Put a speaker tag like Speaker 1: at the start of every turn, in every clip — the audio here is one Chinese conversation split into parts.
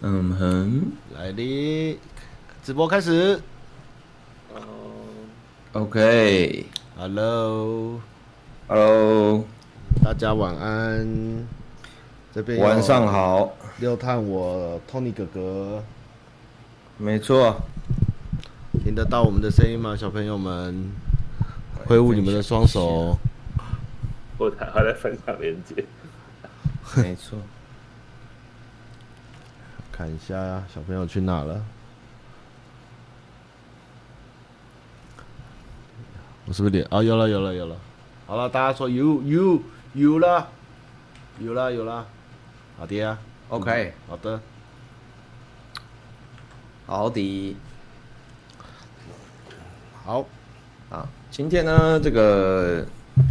Speaker 1: 嗯哼
Speaker 2: 来的，直播开始。
Speaker 3: 哦
Speaker 1: ，OK，Hello，
Speaker 2: Hello，大家晚安。这边有
Speaker 1: 晚上好，
Speaker 2: 六探我 Tony 哥哥，
Speaker 1: 没错，
Speaker 2: 听得到我们的声音吗？小朋友们，挥舞你们的双手。
Speaker 3: 后台还在分享链接，
Speaker 1: 没错，
Speaker 2: 看一下小朋友去哪了。我是不是点啊？有了，有了，有了。好了，大家说有有有了，有了，有了。好的呀嗯
Speaker 1: OK
Speaker 2: 好的。
Speaker 1: 好的
Speaker 2: 好，
Speaker 1: 啊，今天呢，这个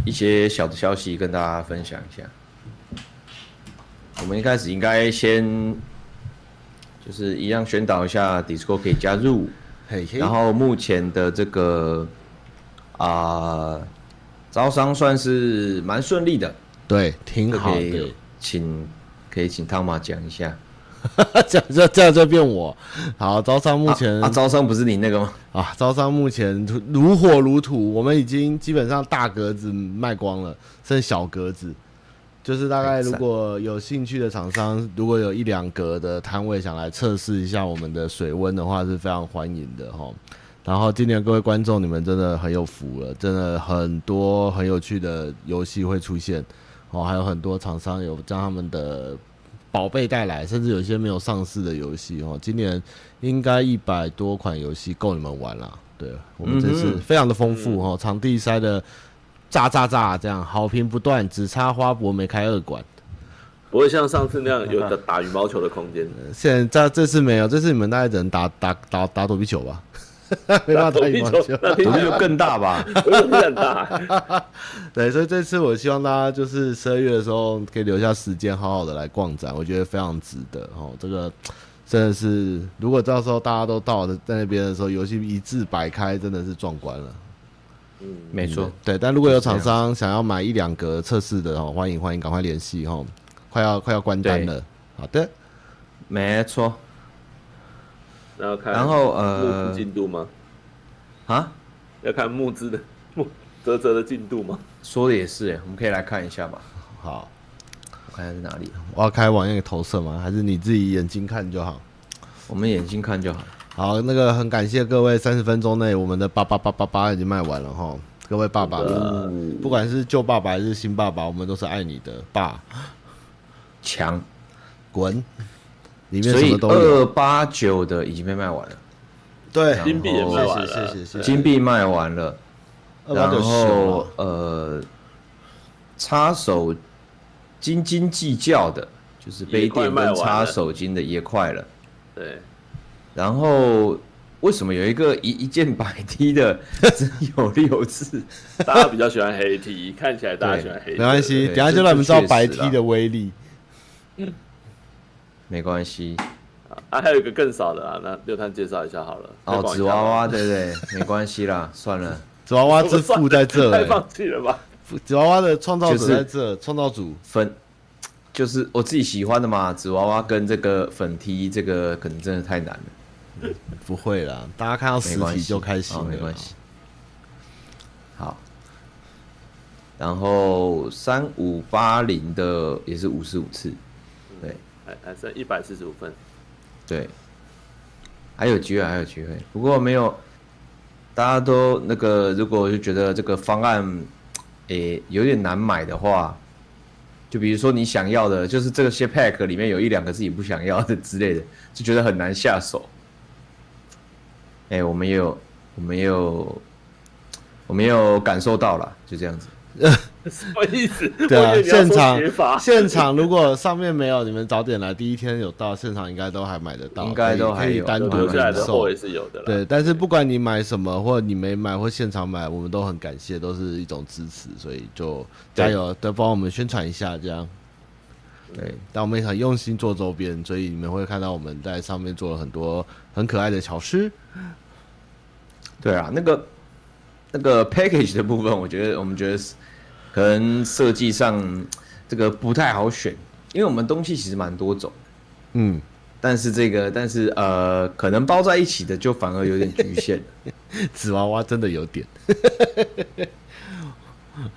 Speaker 1: 一些小的消息跟大家分享一下。我们一开始应该先就是一样宣导一下 Discord 可以加入，
Speaker 2: 嘿嘿。
Speaker 1: 然后目前的这个啊、招商算是蛮顺利的，
Speaker 2: 对，挺
Speaker 1: 这
Speaker 2: 好
Speaker 1: 可
Speaker 2: 的
Speaker 1: 以。请可以请汤马讲一下。
Speaker 2: 这样这这样就变我。好，招商目前
Speaker 1: 啊啊招商不是你那个吗？
Speaker 2: 啊，招商目前如如火如荼，我们已经基本上大格子卖光了，剩小格子。就是大概如果有兴趣的厂商，如果有一两格的摊位想来测试一下我们的水温的话，是非常欢迎的哈。然后今年各位观众，你们真的很有福了，真的很多很有趣的游戏会出现哦，还有很多厂商有将他们的宝贝带来，甚至有一些没有上市的游戏哦。今年应该一百多款游戏够你们玩了。对我们这次
Speaker 1: 嗯哼
Speaker 2: 非常的丰富哦，场地塞的炸炸炸，这样好评不断，只差花博没开二馆。
Speaker 3: 不会像上次那样有打打羽毛球的空间，
Speaker 2: 呃现在这次没有，这次你们大概只能打打打打躲避球吧， 没办法打
Speaker 3: 躲
Speaker 2: 羽
Speaker 3: 避
Speaker 2: 毛
Speaker 3: 球
Speaker 2: 球。
Speaker 3: 那
Speaker 1: 不
Speaker 3: 听起
Speaker 1: 是
Speaker 3: 来
Speaker 1: 就更大吧？
Speaker 3: 我有点大，
Speaker 2: 对，所以这次我希望大家就是十二月的时候可以留下时间，好好的来逛展，我觉得非常值得哦。这个真的是，如果到时候大家都到了在那边的时候，游戏一字摆开，真的是壮观了。
Speaker 3: 嗯，
Speaker 1: 没错，
Speaker 2: 对，但如果有厂商想要买一两格测试的哦，欢迎欢迎，赶快联系哦，快要快要关单
Speaker 1: 对
Speaker 2: 了。好的，
Speaker 1: 没错
Speaker 3: 然后看
Speaker 1: 然后呃
Speaker 3: 募资进度吗？
Speaker 1: 啊，
Speaker 3: 要看募资的募泽泽的进度吗？
Speaker 1: 说的也是耶，我们可以来看一下吧。
Speaker 2: 好，
Speaker 1: 我看一下是哪里，
Speaker 2: 我要开网页投射吗？还是你自己眼睛看就好？
Speaker 1: 我们眼睛看就好。
Speaker 2: 好，那个很感谢各位，三十分钟内我们的八八八八八已经卖完了哈，各位爸爸
Speaker 3: 真的
Speaker 2: 们，不管是旧爸爸还是新爸爸，我们都是爱你的，爸，
Speaker 1: 强，
Speaker 2: 滚，里面
Speaker 1: 所
Speaker 2: 什
Speaker 1: 以
Speaker 2: 么都有，
Speaker 1: 二八九的已经被卖完了，
Speaker 2: 对，
Speaker 3: 金币也卖完
Speaker 2: 谢
Speaker 3: 了
Speaker 2: 谢谢谢谢谢，
Speaker 1: 金币卖完了，
Speaker 2: 二八
Speaker 1: 然
Speaker 2: 九
Speaker 1: 后
Speaker 2: 十，
Speaker 1: 呃，插手斤斤计较的，就是杯
Speaker 3: 也快
Speaker 1: 垫
Speaker 3: 卖
Speaker 1: 跟
Speaker 3: 完
Speaker 1: 插
Speaker 3: 了
Speaker 1: 手巾的也快了。
Speaker 3: 对，
Speaker 1: 然后为什么有一个一一件百 T 的 只有六次？
Speaker 3: 大家比较喜欢黑 T，看起来大家喜欢黑
Speaker 2: 没
Speaker 3: T，
Speaker 2: 关系，
Speaker 1: 对
Speaker 2: 等一下就
Speaker 1: 这
Speaker 2: 让你们知道
Speaker 1: 这确实
Speaker 2: 白 T
Speaker 1: 啦
Speaker 2: 的威力，
Speaker 1: 没关系
Speaker 3: 啊，还有一个更少的啊，那六探介绍一下好了。推
Speaker 1: 哦，
Speaker 3: 广一
Speaker 1: 纸
Speaker 3: 下吧
Speaker 1: 娃娃，对不 对？没关系啦，算了，
Speaker 2: 纸娃娃之父在这
Speaker 3: 太
Speaker 2: 欸，
Speaker 3: 放弃了吧？
Speaker 2: 纸娃娃的创造者
Speaker 1: 就是
Speaker 2: 在这，创造主
Speaker 1: 粉就是我自己喜欢的嘛。纸娃娃跟这个粉 T 这个可能真的太难了，
Speaker 2: 不会啦，大家看到
Speaker 1: 没
Speaker 2: 实
Speaker 1: 关
Speaker 2: 体
Speaker 1: 系，
Speaker 2: 就开心
Speaker 1: 哦
Speaker 2: 了，
Speaker 1: 没关系。好，然后三五八零的也是五十五次，对
Speaker 3: 还还剩一百四十五分，
Speaker 1: 对，还有机会，还有机会，不过没有，大家都那个，如果就觉得这个方案，诶、有点难买的话，就比如说你想要的，就是这些 pack 里面有一两个自己不想要的之类的，就觉得很难下手。哎、我们也有，我们也有，我们也有感受到了，就这样子。
Speaker 3: 什么意思？
Speaker 2: 对啊
Speaker 3: 我以为，你要
Speaker 2: 现
Speaker 3: 说
Speaker 2: 场
Speaker 3: 解法
Speaker 2: 现场如果上面没有，你们早点来，第一天有到现场应该都还买得到，
Speaker 1: 应该都
Speaker 2: 可以
Speaker 1: 还
Speaker 2: 可以
Speaker 1: 有
Speaker 2: 单
Speaker 3: 有
Speaker 2: 独
Speaker 3: 留下来
Speaker 2: 零
Speaker 3: 的
Speaker 2: 售
Speaker 3: 货。也是有的啦。
Speaker 2: 对，但是不管你买什么，或者你没买，或现场买，我们都很感谢，都是一种支持，所以就
Speaker 1: 对
Speaker 2: 加油，都帮我们宣传一下这样。
Speaker 1: 对，
Speaker 2: 但我们也很用心做周边，所以你们会看到我们在上面做了很多很可爱的巧 思。
Speaker 1: 对啊，那个那个 package 的部分，我觉得我们觉得是可能设计上这个不太好选，因为我们东西其实蛮多种，
Speaker 2: 嗯，
Speaker 1: 但是这个，但是呃，可能包在一起的就反而有点局限 了。
Speaker 2: 纸娃娃真的有点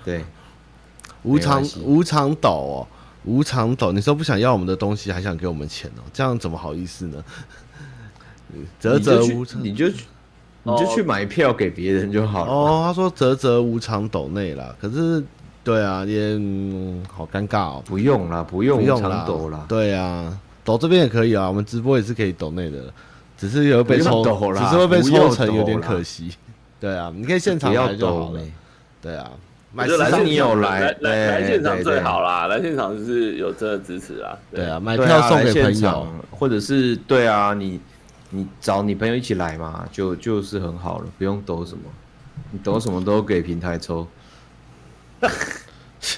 Speaker 1: 对，
Speaker 2: 无偿
Speaker 1: 没关系
Speaker 2: 无偿抖哦，无偿抖，你说不想要我们的东西，还想给我们钱哦，这样怎么好意思呢？ 啧
Speaker 1: 你就
Speaker 2: 啧
Speaker 1: 去
Speaker 2: 无偿
Speaker 1: 你就去你就去买票给别人就好了。
Speaker 2: 哦，他说啧啧无偿抖内啦，可是对啊，也、嗯好尴尬哦，
Speaker 1: 不用啦，不用
Speaker 2: 不用啦
Speaker 1: 长抖啦。
Speaker 2: 对啊，抖这边也可以啊，我们直播也是可以抖内的，只是有被抽，
Speaker 1: 不用抖
Speaker 2: 只
Speaker 1: 啦
Speaker 2: 是会被
Speaker 1: 不用
Speaker 2: 抽成有点
Speaker 1: 抖啦
Speaker 2: 可惜。对啊，你可以现
Speaker 1: 不
Speaker 2: 场
Speaker 1: 要
Speaker 2: 来就
Speaker 1: 抖
Speaker 2: 好了
Speaker 1: 嘞。
Speaker 2: 对啊，
Speaker 3: 我
Speaker 2: 买
Speaker 3: 觉得
Speaker 2: 十
Speaker 3: 来
Speaker 1: 上
Speaker 2: 张
Speaker 1: 你有来
Speaker 3: 来来来
Speaker 1: 对
Speaker 3: 现场
Speaker 1: 对
Speaker 3: 最
Speaker 1: 对
Speaker 3: 好啦，来现场就是有真的支持啊。
Speaker 2: 对啊，买
Speaker 1: 对
Speaker 2: 票
Speaker 1: 啊，
Speaker 2: 送
Speaker 1: 来
Speaker 2: 给
Speaker 1: 现
Speaker 2: 朋友
Speaker 1: 场，或者是对啊，你你找你朋友一起来嘛，就就是很好了，不用抖什么，你抖什么都给平台抽。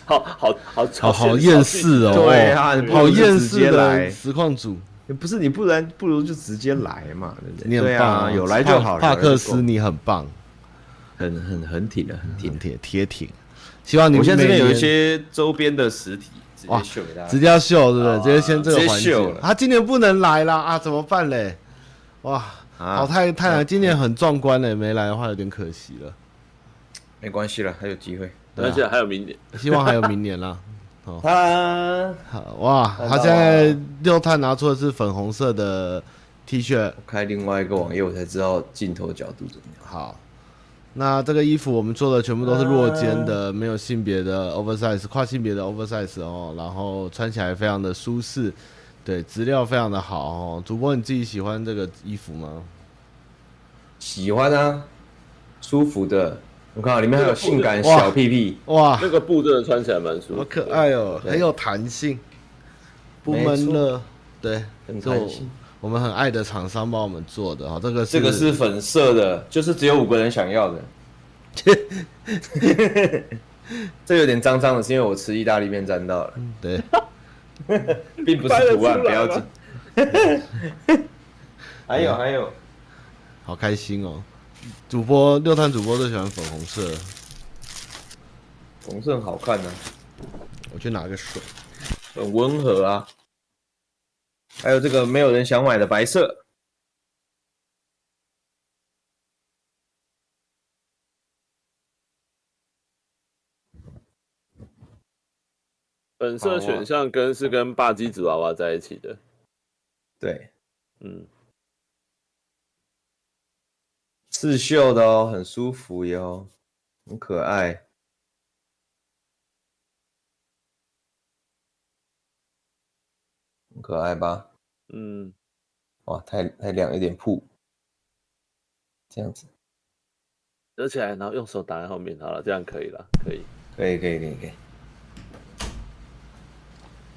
Speaker 3: 好好好
Speaker 2: 好
Speaker 3: 好
Speaker 2: 哦好厌世哦，
Speaker 1: 对啊你不
Speaker 2: 好
Speaker 1: 如就
Speaker 2: 厌
Speaker 1: 直接
Speaker 2: 世的
Speaker 1: 来
Speaker 2: 实况组，
Speaker 1: 不是你，不然不如就直接来嘛，对不对？
Speaker 2: 你很
Speaker 1: 对
Speaker 2: 棒
Speaker 1: 啊，
Speaker 2: 哦
Speaker 1: 有来就好了。
Speaker 2: 帕
Speaker 1: 有来
Speaker 2: 帕
Speaker 1: 就
Speaker 2: 克
Speaker 1: 够
Speaker 2: 斯，你很棒，
Speaker 1: 很很很挺的，很挺
Speaker 2: 挺。铁铁挺，希望你
Speaker 1: 我现在这
Speaker 2: 每
Speaker 1: 边有一
Speaker 2: 年
Speaker 1: 些周边的实体，直
Speaker 2: 哇
Speaker 1: 接秀给大家
Speaker 2: 直。接要秀，对不对？
Speaker 3: 啊
Speaker 2: 直接先这个环
Speaker 1: 直接秀
Speaker 2: 节
Speaker 1: 了，
Speaker 2: 他今年不能来啦啊，怎么办嘞？哇，
Speaker 1: 啊
Speaker 2: 好太太难，今年很壮观嘞，没来的话有点可惜了，
Speaker 1: 没关系了，还有机会。
Speaker 2: 对啊
Speaker 3: 而且还有明年，
Speaker 2: 希望还有明年啦。
Speaker 1: 他
Speaker 2: 好哇，
Speaker 1: 看
Speaker 2: 他
Speaker 1: 到
Speaker 2: 现在六探拿出的是粉红色的 T 恤，
Speaker 1: 开另外一个网页，我才知道镜头角度怎么样。
Speaker 2: 好，那这个衣服我们做的全部都是弱肩
Speaker 1: 呃
Speaker 2: 的，没有性别的 oversize，跨性别的 oversize 哦，然后穿起来非常的舒适，对，质料非常的好哦。主播你自己喜欢这个衣服吗？
Speaker 1: 喜欢啊，舒服的。我看到里面还有性感
Speaker 2: 哇
Speaker 1: 小屁屁，
Speaker 2: 哇，
Speaker 3: 那个布真的穿起来蛮舒服
Speaker 2: 好
Speaker 3: 的，
Speaker 2: 可爱哦，
Speaker 1: 对
Speaker 2: 很有弹性，不闷热，对，
Speaker 1: 很
Speaker 2: 这我
Speaker 1: 开心。
Speaker 2: 我们很爱的厂商帮我们做的哦，这个是
Speaker 1: 这个是粉色的，就是只有五个人想要的。 这有点脏脏的，是因为我吃意大利面沾到了，
Speaker 2: 对。
Speaker 1: 并不是图案，不要紧。 嗯还有还有，
Speaker 2: 好开心哦！主播六探主播最喜欢粉红色，
Speaker 1: 红色很好看呢、
Speaker 2: 我去拿个水。
Speaker 1: 很温和啊。还有这个没有人想买的白色，
Speaker 3: 本色选项跟是跟霸基纸娃娃在一起的，
Speaker 1: 对，
Speaker 3: 嗯，
Speaker 1: 刺绣的哦，很舒服哟，很可爱。很可爱吧？
Speaker 3: 嗯，
Speaker 1: 哇，太太亮，有点酷，这样子，
Speaker 3: 折起来，然后用手挡在后面，好了，这样可以了，可以。
Speaker 1: 可以可以可以可以。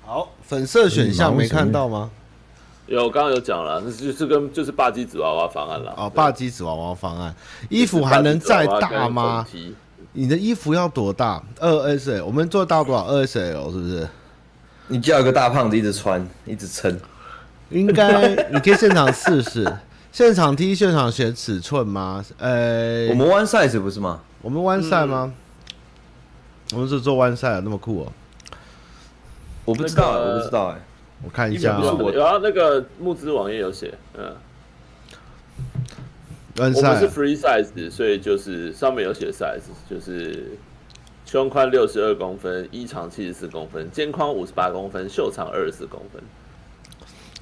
Speaker 2: 好，粉色选
Speaker 1: 嗯
Speaker 2: 项没看到吗？
Speaker 3: 有，刚刚有讲了，那就是跟就是霸基纸娃娃方案了。
Speaker 2: 哦，
Speaker 3: 对
Speaker 2: 霸基纸娃娃方案，衣服还能再大吗？？
Speaker 3: 就是
Speaker 2: 你的衣服要多大？二 S L，我们做到多少？二 S L 是不是？
Speaker 1: 你叫一个大胖子一直穿，一直撑，
Speaker 2: 应 该你可以现场试试，现场 T 现场选尺寸吗？呃，
Speaker 1: 我们嗯 one size 不是吗？
Speaker 2: 我们弯赛吗？我们是做弯赛啊，那么酷哦！
Speaker 1: 我不知道、欸，
Speaker 3: 那个
Speaker 1: 我不知道哎、
Speaker 2: 我看一下
Speaker 1: 一秒
Speaker 2: 啊
Speaker 1: 不，是我
Speaker 3: 有啊，那个募资网页有写，嗯，
Speaker 2: 弯
Speaker 3: 我们
Speaker 2: 赛
Speaker 3: 是 free size，所以就是上面有写 size，就是胸宽六十二公分，衣长七十四公分，肩宽五十八公分，袖长二十四公分。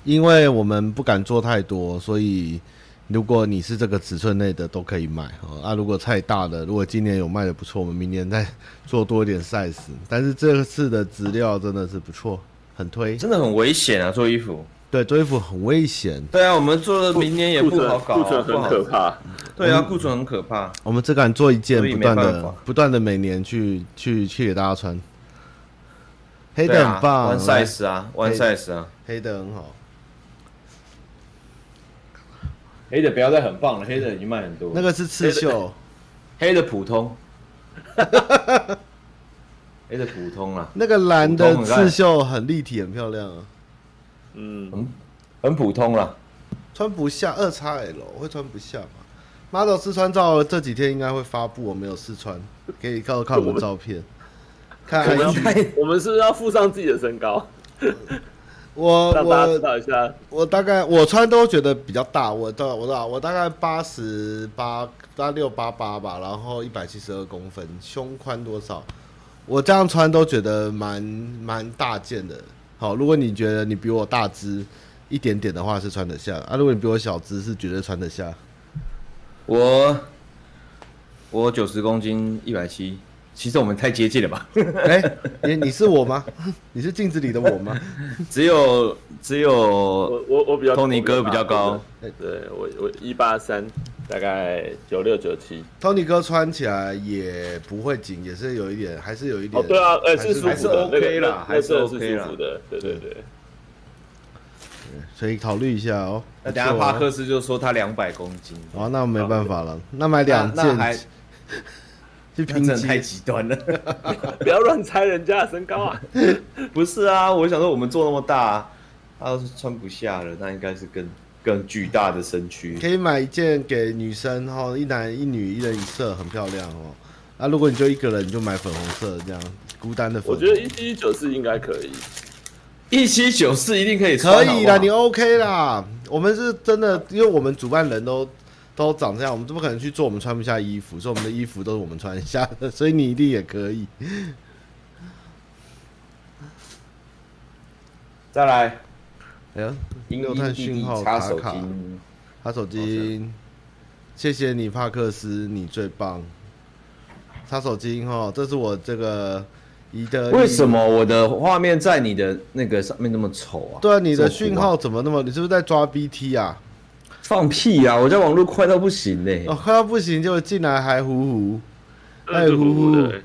Speaker 2: 因为我们不敢做太多，所以如果你是这个尺寸内的都可以买哦。啊，如果太大的，如果今年有卖的不错，我们明年再做多一点 size。但是这次的资料真的是不错，很推。
Speaker 1: 真的很危险啊，做衣服。
Speaker 2: 对，做衣服很危险，
Speaker 1: 对啊，我们做的明年也
Speaker 3: 库
Speaker 1: 不
Speaker 3: 存
Speaker 1: 好搞、
Speaker 3: 库
Speaker 1: 啊，
Speaker 3: 存
Speaker 1: 不
Speaker 3: 很
Speaker 1: 好
Speaker 3: 可。怕。
Speaker 1: 对啊，库存很可怕。
Speaker 2: 我们只敢做一件，
Speaker 1: 所以
Speaker 2: 不
Speaker 1: 没
Speaker 2: 断
Speaker 1: 办
Speaker 2: 的
Speaker 1: 法
Speaker 2: 不断的每年去去去给大家穿。黑
Speaker 1: 对
Speaker 2: 的
Speaker 1: 啊
Speaker 2: 很棒
Speaker 1: ，one size 啊，one
Speaker 2: 黑
Speaker 1: size 啊，
Speaker 2: 黑的很好。
Speaker 1: 黑的不要再很棒了，黑的已经卖很多
Speaker 2: 那个是刺绣，
Speaker 1: 黑的普 通，黑的普通啊，
Speaker 2: 那个蓝
Speaker 1: 普
Speaker 2: 的
Speaker 1: 通很
Speaker 2: 刺绣很立体，很漂亮啊。
Speaker 3: 嗯，
Speaker 1: 很普通啦。
Speaker 2: 穿不下二 x L，会穿不下吗？model 试穿照这几天应该会发布，我没有试穿，可以看看我们照片，看哎
Speaker 3: 我们
Speaker 2: IG，
Speaker 3: 要我们是不是要附上自己的身高。
Speaker 2: 我
Speaker 3: 让大家知
Speaker 2: 我
Speaker 3: 道一下。
Speaker 2: 我大概我穿都觉得比较大，我大我大我大概八十八八六八八吧，然后一百七十二公分，胸宽多少？我这样穿都觉得蛮蛮大件的。好，如果你觉得你比我大只一点点的话，是穿得下；啊，如果你比我小只，是绝对穿得下。
Speaker 1: 我我九十公斤，一百七，其实我们太接近了吧？
Speaker 2: 哎、你你是我吗？ 你是镜子里的我吗？
Speaker 1: 只有只有
Speaker 3: 我我我比较
Speaker 1: 托尼哥比较高，
Speaker 3: 我对我我一八三，大概九六九七。
Speaker 2: Tony 哥穿起来也不会紧，也是有一点，还是有一点。
Speaker 3: 哦，对啊，
Speaker 2: 还
Speaker 3: 呃，是舒
Speaker 1: 还
Speaker 3: 服
Speaker 1: 是
Speaker 3: 的，那
Speaker 1: OK
Speaker 3: 个
Speaker 1: 啦
Speaker 3: 那
Speaker 1: 还是
Speaker 3: 那真的
Speaker 1: OK 啦
Speaker 3: 舒服的，对对对。
Speaker 2: 所以考虑一下哦。
Speaker 1: 那等一下
Speaker 2: 不错哦
Speaker 1: 帕克斯就说他两百公斤，
Speaker 2: 哦，那没办法了，那买两
Speaker 1: 那那还
Speaker 2: 件去
Speaker 1: 那
Speaker 2: 拼
Speaker 1: 真的太
Speaker 2: 接。
Speaker 1: 极端了。
Speaker 3: 不要乱猜人家的身高啊！
Speaker 1: 不是啊，我想说我们做那么大、他要是穿不下了，那应该是更更巨大的身躯
Speaker 2: 可。以买一件给女生哦，一男一女，一人一色，很漂亮哦。那、如果你就一个人，你就买粉红色这样，孤单的粉
Speaker 3: 我
Speaker 2: 红。
Speaker 3: 觉得一七一九四应该可以，
Speaker 1: 一七九四一定可以穿，
Speaker 2: 可以啦，
Speaker 1: 好不
Speaker 2: 你
Speaker 1: 好
Speaker 2: OK 啦。我们是真的，因为我们主办人都都长这样，我们怎么可能去做我们穿不下的衣服？所以我们的衣服都是我们穿得下的， 所以你一定也可以。
Speaker 1: 再来。
Speaker 2: 哎呀，
Speaker 1: 英
Speaker 2: 六
Speaker 1: 英
Speaker 2: 探
Speaker 1: 弟
Speaker 2: 讯
Speaker 1: 弟
Speaker 2: 号
Speaker 1: 插
Speaker 2: 卡
Speaker 1: 手
Speaker 2: 卡
Speaker 1: 巾，
Speaker 2: 他手机，谢谢你，帕克斯，你最棒。擦手巾哈，这是我这个宜的。
Speaker 1: 为什？么我的画面在你的那个上面那么丑啊？
Speaker 2: 对啊，你的
Speaker 1: 这么
Speaker 2: 讯
Speaker 1: 糊啊
Speaker 2: 号怎么那么？你是不是在抓 BT 啊？
Speaker 1: 放屁啊！我在网络快到不行嘞、
Speaker 2: 哦，快要不行，结果进来还糊糊。哎
Speaker 3: 舒服
Speaker 2: 呼呼
Speaker 3: 的。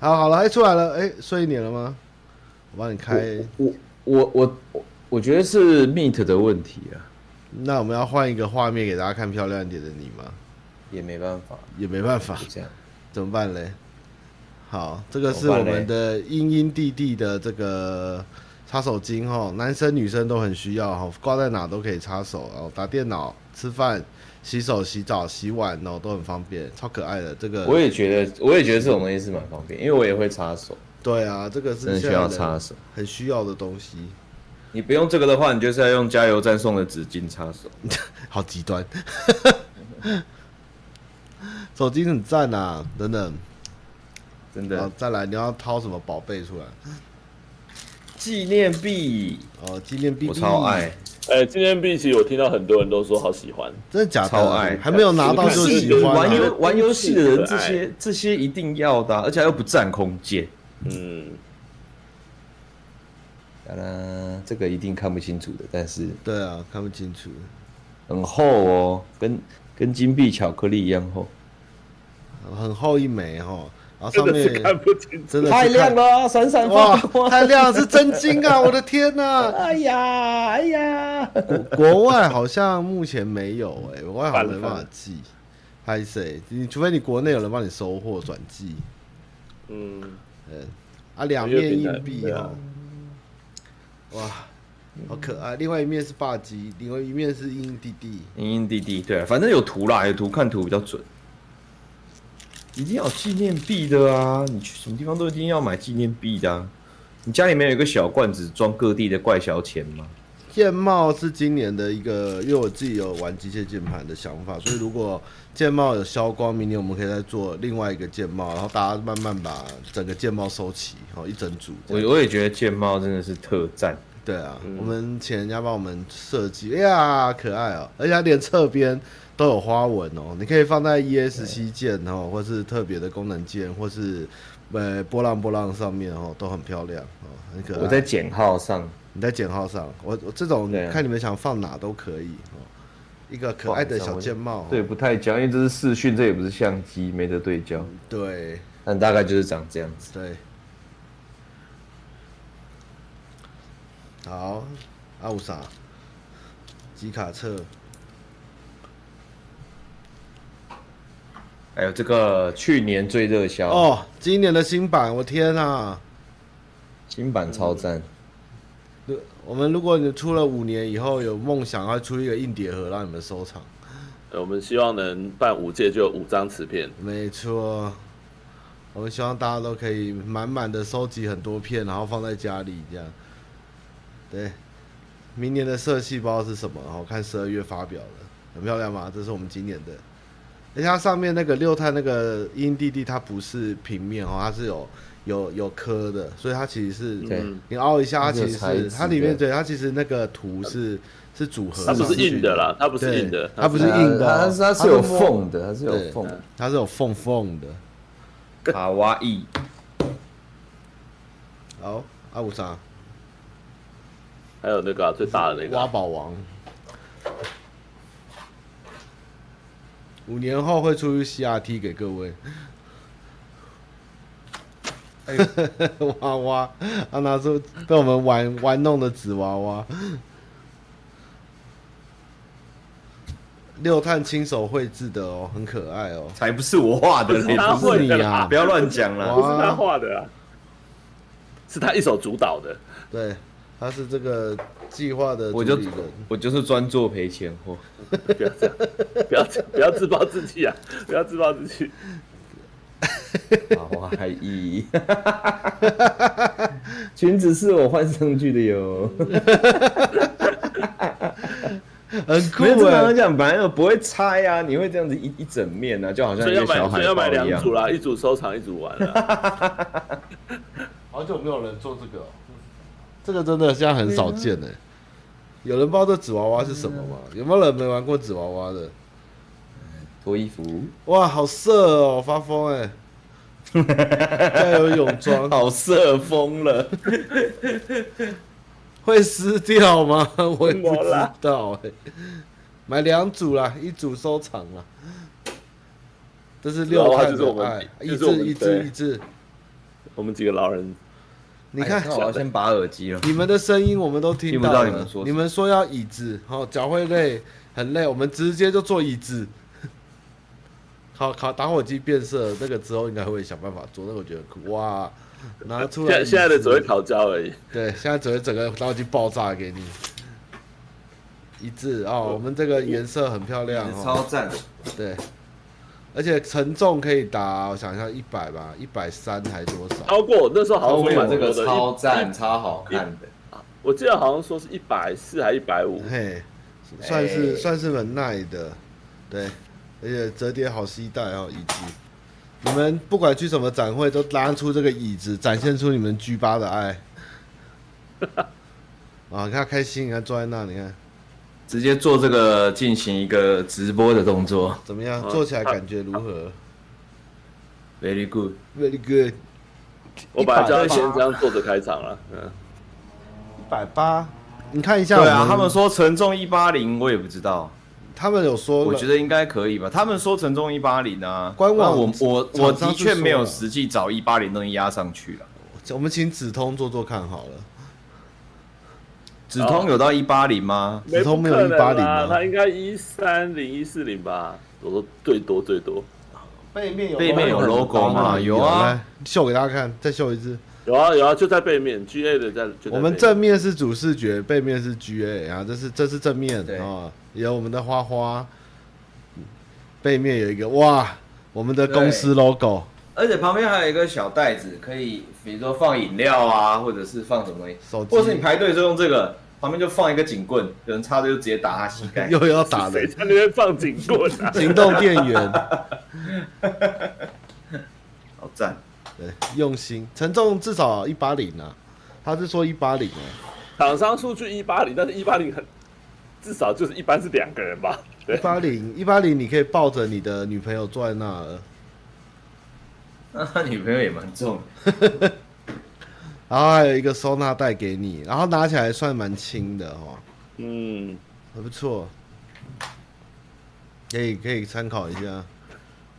Speaker 2: 好，好了，哎，出来了，哎，睡一年了吗？我帮你开。
Speaker 1: 我我我我我觉得是 Meet 的问题啊，
Speaker 2: 那我们要换一个画面给大家看漂亮一点的你吗？
Speaker 1: 也没办法，
Speaker 2: 也没办法
Speaker 1: 就，这样。
Speaker 2: 怎么办嘞？好，这个是
Speaker 1: 怎么
Speaker 2: 我
Speaker 1: 办嘞
Speaker 2: 们的英英弟弟的这个擦手巾哈，男生女生都很需要哈，挂在哪都可以擦手哦，打电脑、吃饭、洗手、洗澡、洗碗哦，都很方便，超可爱的这个。
Speaker 1: 我也觉得，我也觉得这种东西是蛮方便，因为我也会插手，
Speaker 2: 对啊，这个
Speaker 1: 真
Speaker 2: 是
Speaker 1: 的需
Speaker 2: 现在
Speaker 1: 要
Speaker 2: 人
Speaker 1: 插手。
Speaker 2: 很需要的东西，
Speaker 1: 你不用这个的话，你就是要用加油站送的纸巾插手。
Speaker 2: 好 极端。手机很赞啊，真的。
Speaker 1: 真
Speaker 2: 好
Speaker 1: 的，，
Speaker 2: 再来，你要掏什么宝贝出来？
Speaker 1: 纪念币
Speaker 2: 哦，纪念币，
Speaker 1: 我超爱，
Speaker 3: 哎，纪念币其实我听到很多人都说好喜欢，
Speaker 2: 真的假的？
Speaker 1: 超爱
Speaker 2: 啊还没有拿到就喜欢、
Speaker 1: 玩
Speaker 2: 啊。
Speaker 1: 游玩游戏的人，
Speaker 3: 可
Speaker 1: 这
Speaker 3: 爱
Speaker 1: 些这些一定要的啊、而且又不占空间。
Speaker 3: 嗯，
Speaker 1: 当然，这个一定看不清楚的，但是
Speaker 2: 对啊，看不清楚。
Speaker 1: 很厚哦，跟跟金币巧克力一样厚，
Speaker 2: 很厚一枚哈，然后
Speaker 3: 真
Speaker 2: 上
Speaker 3: 的是
Speaker 2: 面
Speaker 3: 看不清楚。
Speaker 2: 真的是看
Speaker 1: 太亮了，闪闪
Speaker 2: 哇
Speaker 1: 发，光。
Speaker 2: 太亮了是真金啊！ 我的天呐、
Speaker 1: 哎呀，哎呀，
Speaker 2: 国外好像目前没有哎、国外好像没
Speaker 3: 反
Speaker 2: 办
Speaker 3: 反
Speaker 2: 法寄，还谁？你除非你国内有人帮你收货转寄，
Speaker 3: 嗯，
Speaker 2: 啊，两面硬
Speaker 3: 因
Speaker 2: 币
Speaker 3: 为平台
Speaker 2: 哦，哇，好可爱！另外一面是霸基，另外一面是英弟弟，
Speaker 1: 英英弟弟，对、啊，反正有图啦，有图看图比较准。一定要有纪念币的啊！你去什么地方都一定要买纪念币的、啊。你家里面有一个小罐子装各地的怪小钱吗？
Speaker 2: 键帽是今年的一个，因为我自己有玩机械键盘的想法，所以如果键帽有消光，明年我们可以再做另外一个键帽，然后大家慢慢把整个键帽收齐，哦，一整组这
Speaker 1: 我嗯
Speaker 2: 样。
Speaker 1: 我也觉得剑猫真的是特赞，
Speaker 2: 对啊，我们请人家帮我们设计，哎呀，可爱哦、而且它连侧边都有花纹哦、你可以放在 ES 七键哦，或是特别的功能键，或是呃波浪波浪上面哦、都很漂亮哦、很可爱。
Speaker 1: 我在减号上
Speaker 2: 你在简号上，我我这种
Speaker 1: 对啊
Speaker 2: 看你们想放哪都可以哦。一个可爱的小键帽，
Speaker 1: 对不太焦，因为这是视讯，这也不是相机，没得对焦。
Speaker 2: 对
Speaker 1: 嗯但大概就是长这样子。
Speaker 2: 对。好，阿五啥？吉卡册，
Speaker 1: 还有这个去年最热销哦，
Speaker 2: 哦，今年的新版，我天啊！
Speaker 1: 新版超赞，
Speaker 2: 如我们如果你出了五年以后有梦想，要出一个硬碟盒让你们收藏。
Speaker 3: 呃我们希望能办五届就有五张磁片，
Speaker 2: 没错，我们希望大家都可以满满的收集很多片，然后放在家里这样。对，明年的色系不知道是什么，然后看十二月发表了，很漂亮吗？这是我们今年的。而且它上面那个六碳那个阴地地，它不是平面哦，它是有有有颗的，所以它其实是
Speaker 1: 对
Speaker 3: 嗯，
Speaker 2: 你凹一下，它
Speaker 1: 它是有
Speaker 2: 其实
Speaker 1: 材
Speaker 2: 是
Speaker 1: 质
Speaker 2: 它里面
Speaker 1: 的
Speaker 2: 对它其实那个图是是组合
Speaker 3: 它
Speaker 2: 上去，
Speaker 3: 不是硬的啦，它不是
Speaker 2: 对
Speaker 3: 硬的，
Speaker 2: 它不是硬的哦
Speaker 1: 它是它
Speaker 2: 它
Speaker 1: 是
Speaker 2: 是
Speaker 1: 有
Speaker 2: 摸
Speaker 1: 缝的，它是有
Speaker 2: 对
Speaker 1: 缝。
Speaker 2: 它是有缝缝的。
Speaker 1: 卡哇伊，
Speaker 2: 好，阿五啥？
Speaker 3: 还有那个啊最大的那个
Speaker 2: 挖
Speaker 3: 啊，
Speaker 2: 宝王。五年后会出 CRT 给各位。哎 娃娃，他拿出被我们玩玩弄的纸娃娃。六探亲手绘制的哦，很可爱哦。
Speaker 1: 才不是我画的嘞，
Speaker 3: 他
Speaker 1: 不
Speaker 2: 会
Speaker 1: 是
Speaker 3: 绘的
Speaker 2: 你
Speaker 3: 啦，
Speaker 2: 啊
Speaker 1: 不要乱讲
Speaker 3: 不
Speaker 1: 啦。
Speaker 3: 是他画的啦，啊是他一手主导的。
Speaker 2: 对，他是这个计划的主
Speaker 1: 我就
Speaker 2: 理人。
Speaker 1: 我就是专做赔钱货，
Speaker 3: 不要这样，不要不要自暴自弃啊！不要自暴自弃。
Speaker 1: 卡哇伊， 裙子是我换上去的 哟。
Speaker 2: 很酷
Speaker 1: 没有
Speaker 3: 欸
Speaker 1: 正
Speaker 2: 哎
Speaker 1: 常来、讲，本来就不会拆啊，你会这样子一一整面啊，就好 像
Speaker 3: 所
Speaker 1: 一
Speaker 3: 以要
Speaker 1: 个
Speaker 3: 买，
Speaker 1: 小
Speaker 3: 所
Speaker 1: 海
Speaker 3: 以要
Speaker 1: 报
Speaker 3: 买
Speaker 1: 一
Speaker 3: 两
Speaker 1: 样
Speaker 3: 组。啦，一组收藏，一组玩啊啦。
Speaker 2: 好久没有人做这个、哦，这个真的现在很少见呢、欸
Speaker 3: 嗯
Speaker 2: 有人不知道这纸娃娃是什么吗？有没有人没玩过纸娃娃的？
Speaker 1: 脱衣服，
Speaker 2: 哇，好色哦，发疯 哎、加油泳装
Speaker 1: 好色疯了。
Speaker 2: 会撕掉 吗？我也不
Speaker 3: 没
Speaker 2: 知
Speaker 3: 啦
Speaker 2: 道哎、买两组啦，一组收藏啦。这是
Speaker 3: 纸
Speaker 2: 六
Speaker 3: 娃娃
Speaker 2: 看
Speaker 3: 就是我
Speaker 2: 的
Speaker 3: 们
Speaker 2: 爱，
Speaker 3: 就
Speaker 2: 一
Speaker 3: 是我
Speaker 2: 致
Speaker 3: 们
Speaker 2: 一
Speaker 3: 对
Speaker 2: 致一致。
Speaker 3: 我们几个老人，
Speaker 2: 你看
Speaker 1: 哎，那我要先拔耳机 了。
Speaker 2: 你们的声音我们都听到了。
Speaker 1: 听不到你们说什么
Speaker 2: 你们说要椅子，好、脚会累，很累，我们直接就做椅子。 好，烤打火机变色，那个之后应该会想办法做，那个我觉得很酷哇，拿出
Speaker 3: 现
Speaker 2: 来椅
Speaker 3: 在
Speaker 2: 子。
Speaker 3: 现在的只会烤焦而已。
Speaker 2: 对，现在只会整个打火机爆炸给你。一致哦，我们这个颜色很漂亮哦，
Speaker 1: 赞，
Speaker 2: 对，而且承重可以达，我想一下，一百吧，一百三还多少？
Speaker 3: 超过那时候好像买多的，一一
Speaker 1: 超好
Speaker 3: 看
Speaker 1: 的。
Speaker 3: 我记得好像说是一百四还一百五，
Speaker 2: 嘿，算是、
Speaker 1: 哎
Speaker 2: 算是蛮耐的，对，而且折叠好携带哦，椅子。你们不管去什么展会，都拉出这个椅子，展现出你们 G 八的爱。啊，你看他开心，你看坐在那，你看
Speaker 1: 直接做这个进行一个直播的动作
Speaker 2: 怎么
Speaker 1: 哦
Speaker 2: 样？
Speaker 3: 啊
Speaker 2: 坐起来感觉如何
Speaker 1: ，very good。
Speaker 2: ？Very good，
Speaker 3: 我本来就要先这样坐着开场了。嗯，
Speaker 2: 一百八。你看一下，
Speaker 1: 对啊，他们说承重一八零，我也不知道，
Speaker 2: 他们有说了，
Speaker 1: 我觉得应该可以吧。他们说承重一八零啊，
Speaker 2: 官网
Speaker 1: 那我我
Speaker 2: 厂
Speaker 1: 我
Speaker 2: 商是说啊
Speaker 1: 的确没有
Speaker 2: 了
Speaker 1: 实际找一八零东西压上去啊了。
Speaker 2: 得我们请子通做做看好了。
Speaker 1: 止通有到一八零吗？
Speaker 2: 子通没有
Speaker 3: 不可能
Speaker 2: 180吗
Speaker 3: 啦他应该一三零一四零吧？我说最多最多
Speaker 2: 背面有
Speaker 1: 背面有 logo 吗？有啊，，
Speaker 2: 来秀给大家看，再秀一次。
Speaker 3: 有啊有啊，就在背面 G A 的在就在
Speaker 2: 我们
Speaker 3: 背面
Speaker 2: 正面是主视觉，背面是 GA 啊，这是这是正面
Speaker 1: 对
Speaker 2: 哦，有我们的花花，背面有一个哇，我们的公司 logo，
Speaker 1: 而且旁边还有一个小袋子，可以比如说放饮料啊，或者是放什么东西，
Speaker 2: 手机
Speaker 1: 或是你排队就用这个，旁边就放一个警棍，有人插着就直接打他膝 盖。
Speaker 2: 又要打
Speaker 3: 谁
Speaker 2: 人，
Speaker 3: 在那边放警棍啊？
Speaker 2: 行动电源，
Speaker 1: 好赞！
Speaker 2: 对，用心，承重至少一八零啊，他是说一八零哎，
Speaker 3: 厂商数据一八零，但是一八零很至少就是一般是两个人吧？
Speaker 2: 一
Speaker 3: 对，
Speaker 2: 八零一八零你可以抱着你的女朋友坐在那儿，
Speaker 1: 那他女朋友也蛮重的，
Speaker 2: 然后还有一个收纳袋给你，然后拿起来算蛮轻的哦，
Speaker 3: 嗯，
Speaker 2: 还不错，可以可以参考一下。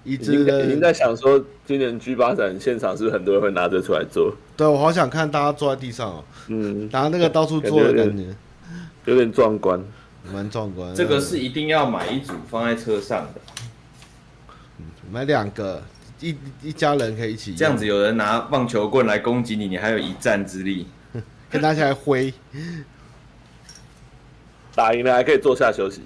Speaker 2: 一
Speaker 3: 已经
Speaker 2: 只
Speaker 3: 在
Speaker 2: 的
Speaker 3: 已经在想说，今年 G 八展现场是不是很多人会拿这出来做？
Speaker 2: 对，我好想看大家坐在地上哦，
Speaker 3: 嗯，
Speaker 2: 拿那个到处坐的感
Speaker 3: 感觉
Speaker 2: 觉，
Speaker 3: 有点壮观。
Speaker 2: 蛮壮观的。
Speaker 1: 这个是一定要买一组放在车上的，
Speaker 2: 买两个，一一家人可以一起用
Speaker 1: 这样子，有人拿棒球棍来攻击你，你还有一战之力。
Speaker 2: 可以拿起来挥。
Speaker 3: 打赢了还可以坐下休息。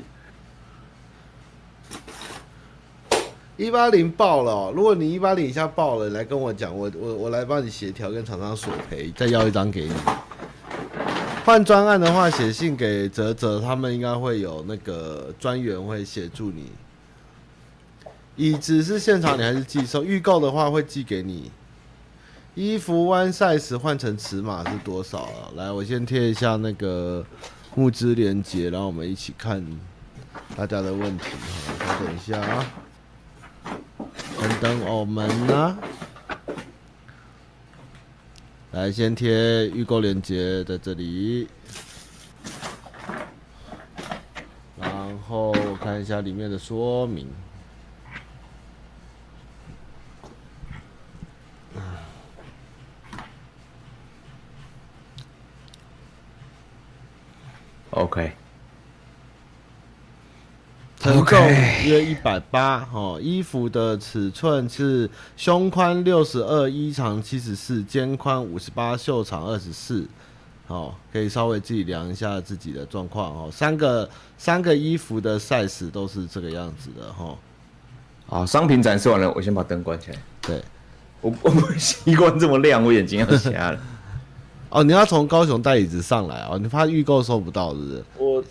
Speaker 2: 一八零爆了、哦，如果你一八零以下爆了，你来跟我讲，我我我来帮你协调跟厂商索赔，再要一张给你。换专案的话，写信给泽泽，他们应该会有那个专员会协助你。椅子是现场你还是寄送？预购的话会寄给你。衣服 one size 换成尺码是多少啊？来，我先贴一下那个募资链接，然后我们一起看大家的问题。好，稍等一下啊，等等我们呢、来，先贴预购链接在这里，然后我看一下里面的说明。
Speaker 1: OK，
Speaker 2: 承重
Speaker 1: OK
Speaker 2: 约一百八，哦，衣服的尺寸是胸宽六十二，衣长七十四，肩宽五十八，袖长二十四，哦，可以稍微自己量一下自己的状况哦。三个三个衣服的 size 都是这个样子的哈、哦，
Speaker 1: 好，商品展示完了，我先把灯关起来。
Speaker 2: 对，
Speaker 1: 我我不习惯这么亮，我眼睛要瞎 了。
Speaker 2: 哦，你要从高雄带椅子上来哦，你怕预购收不到是不是？
Speaker 3: 我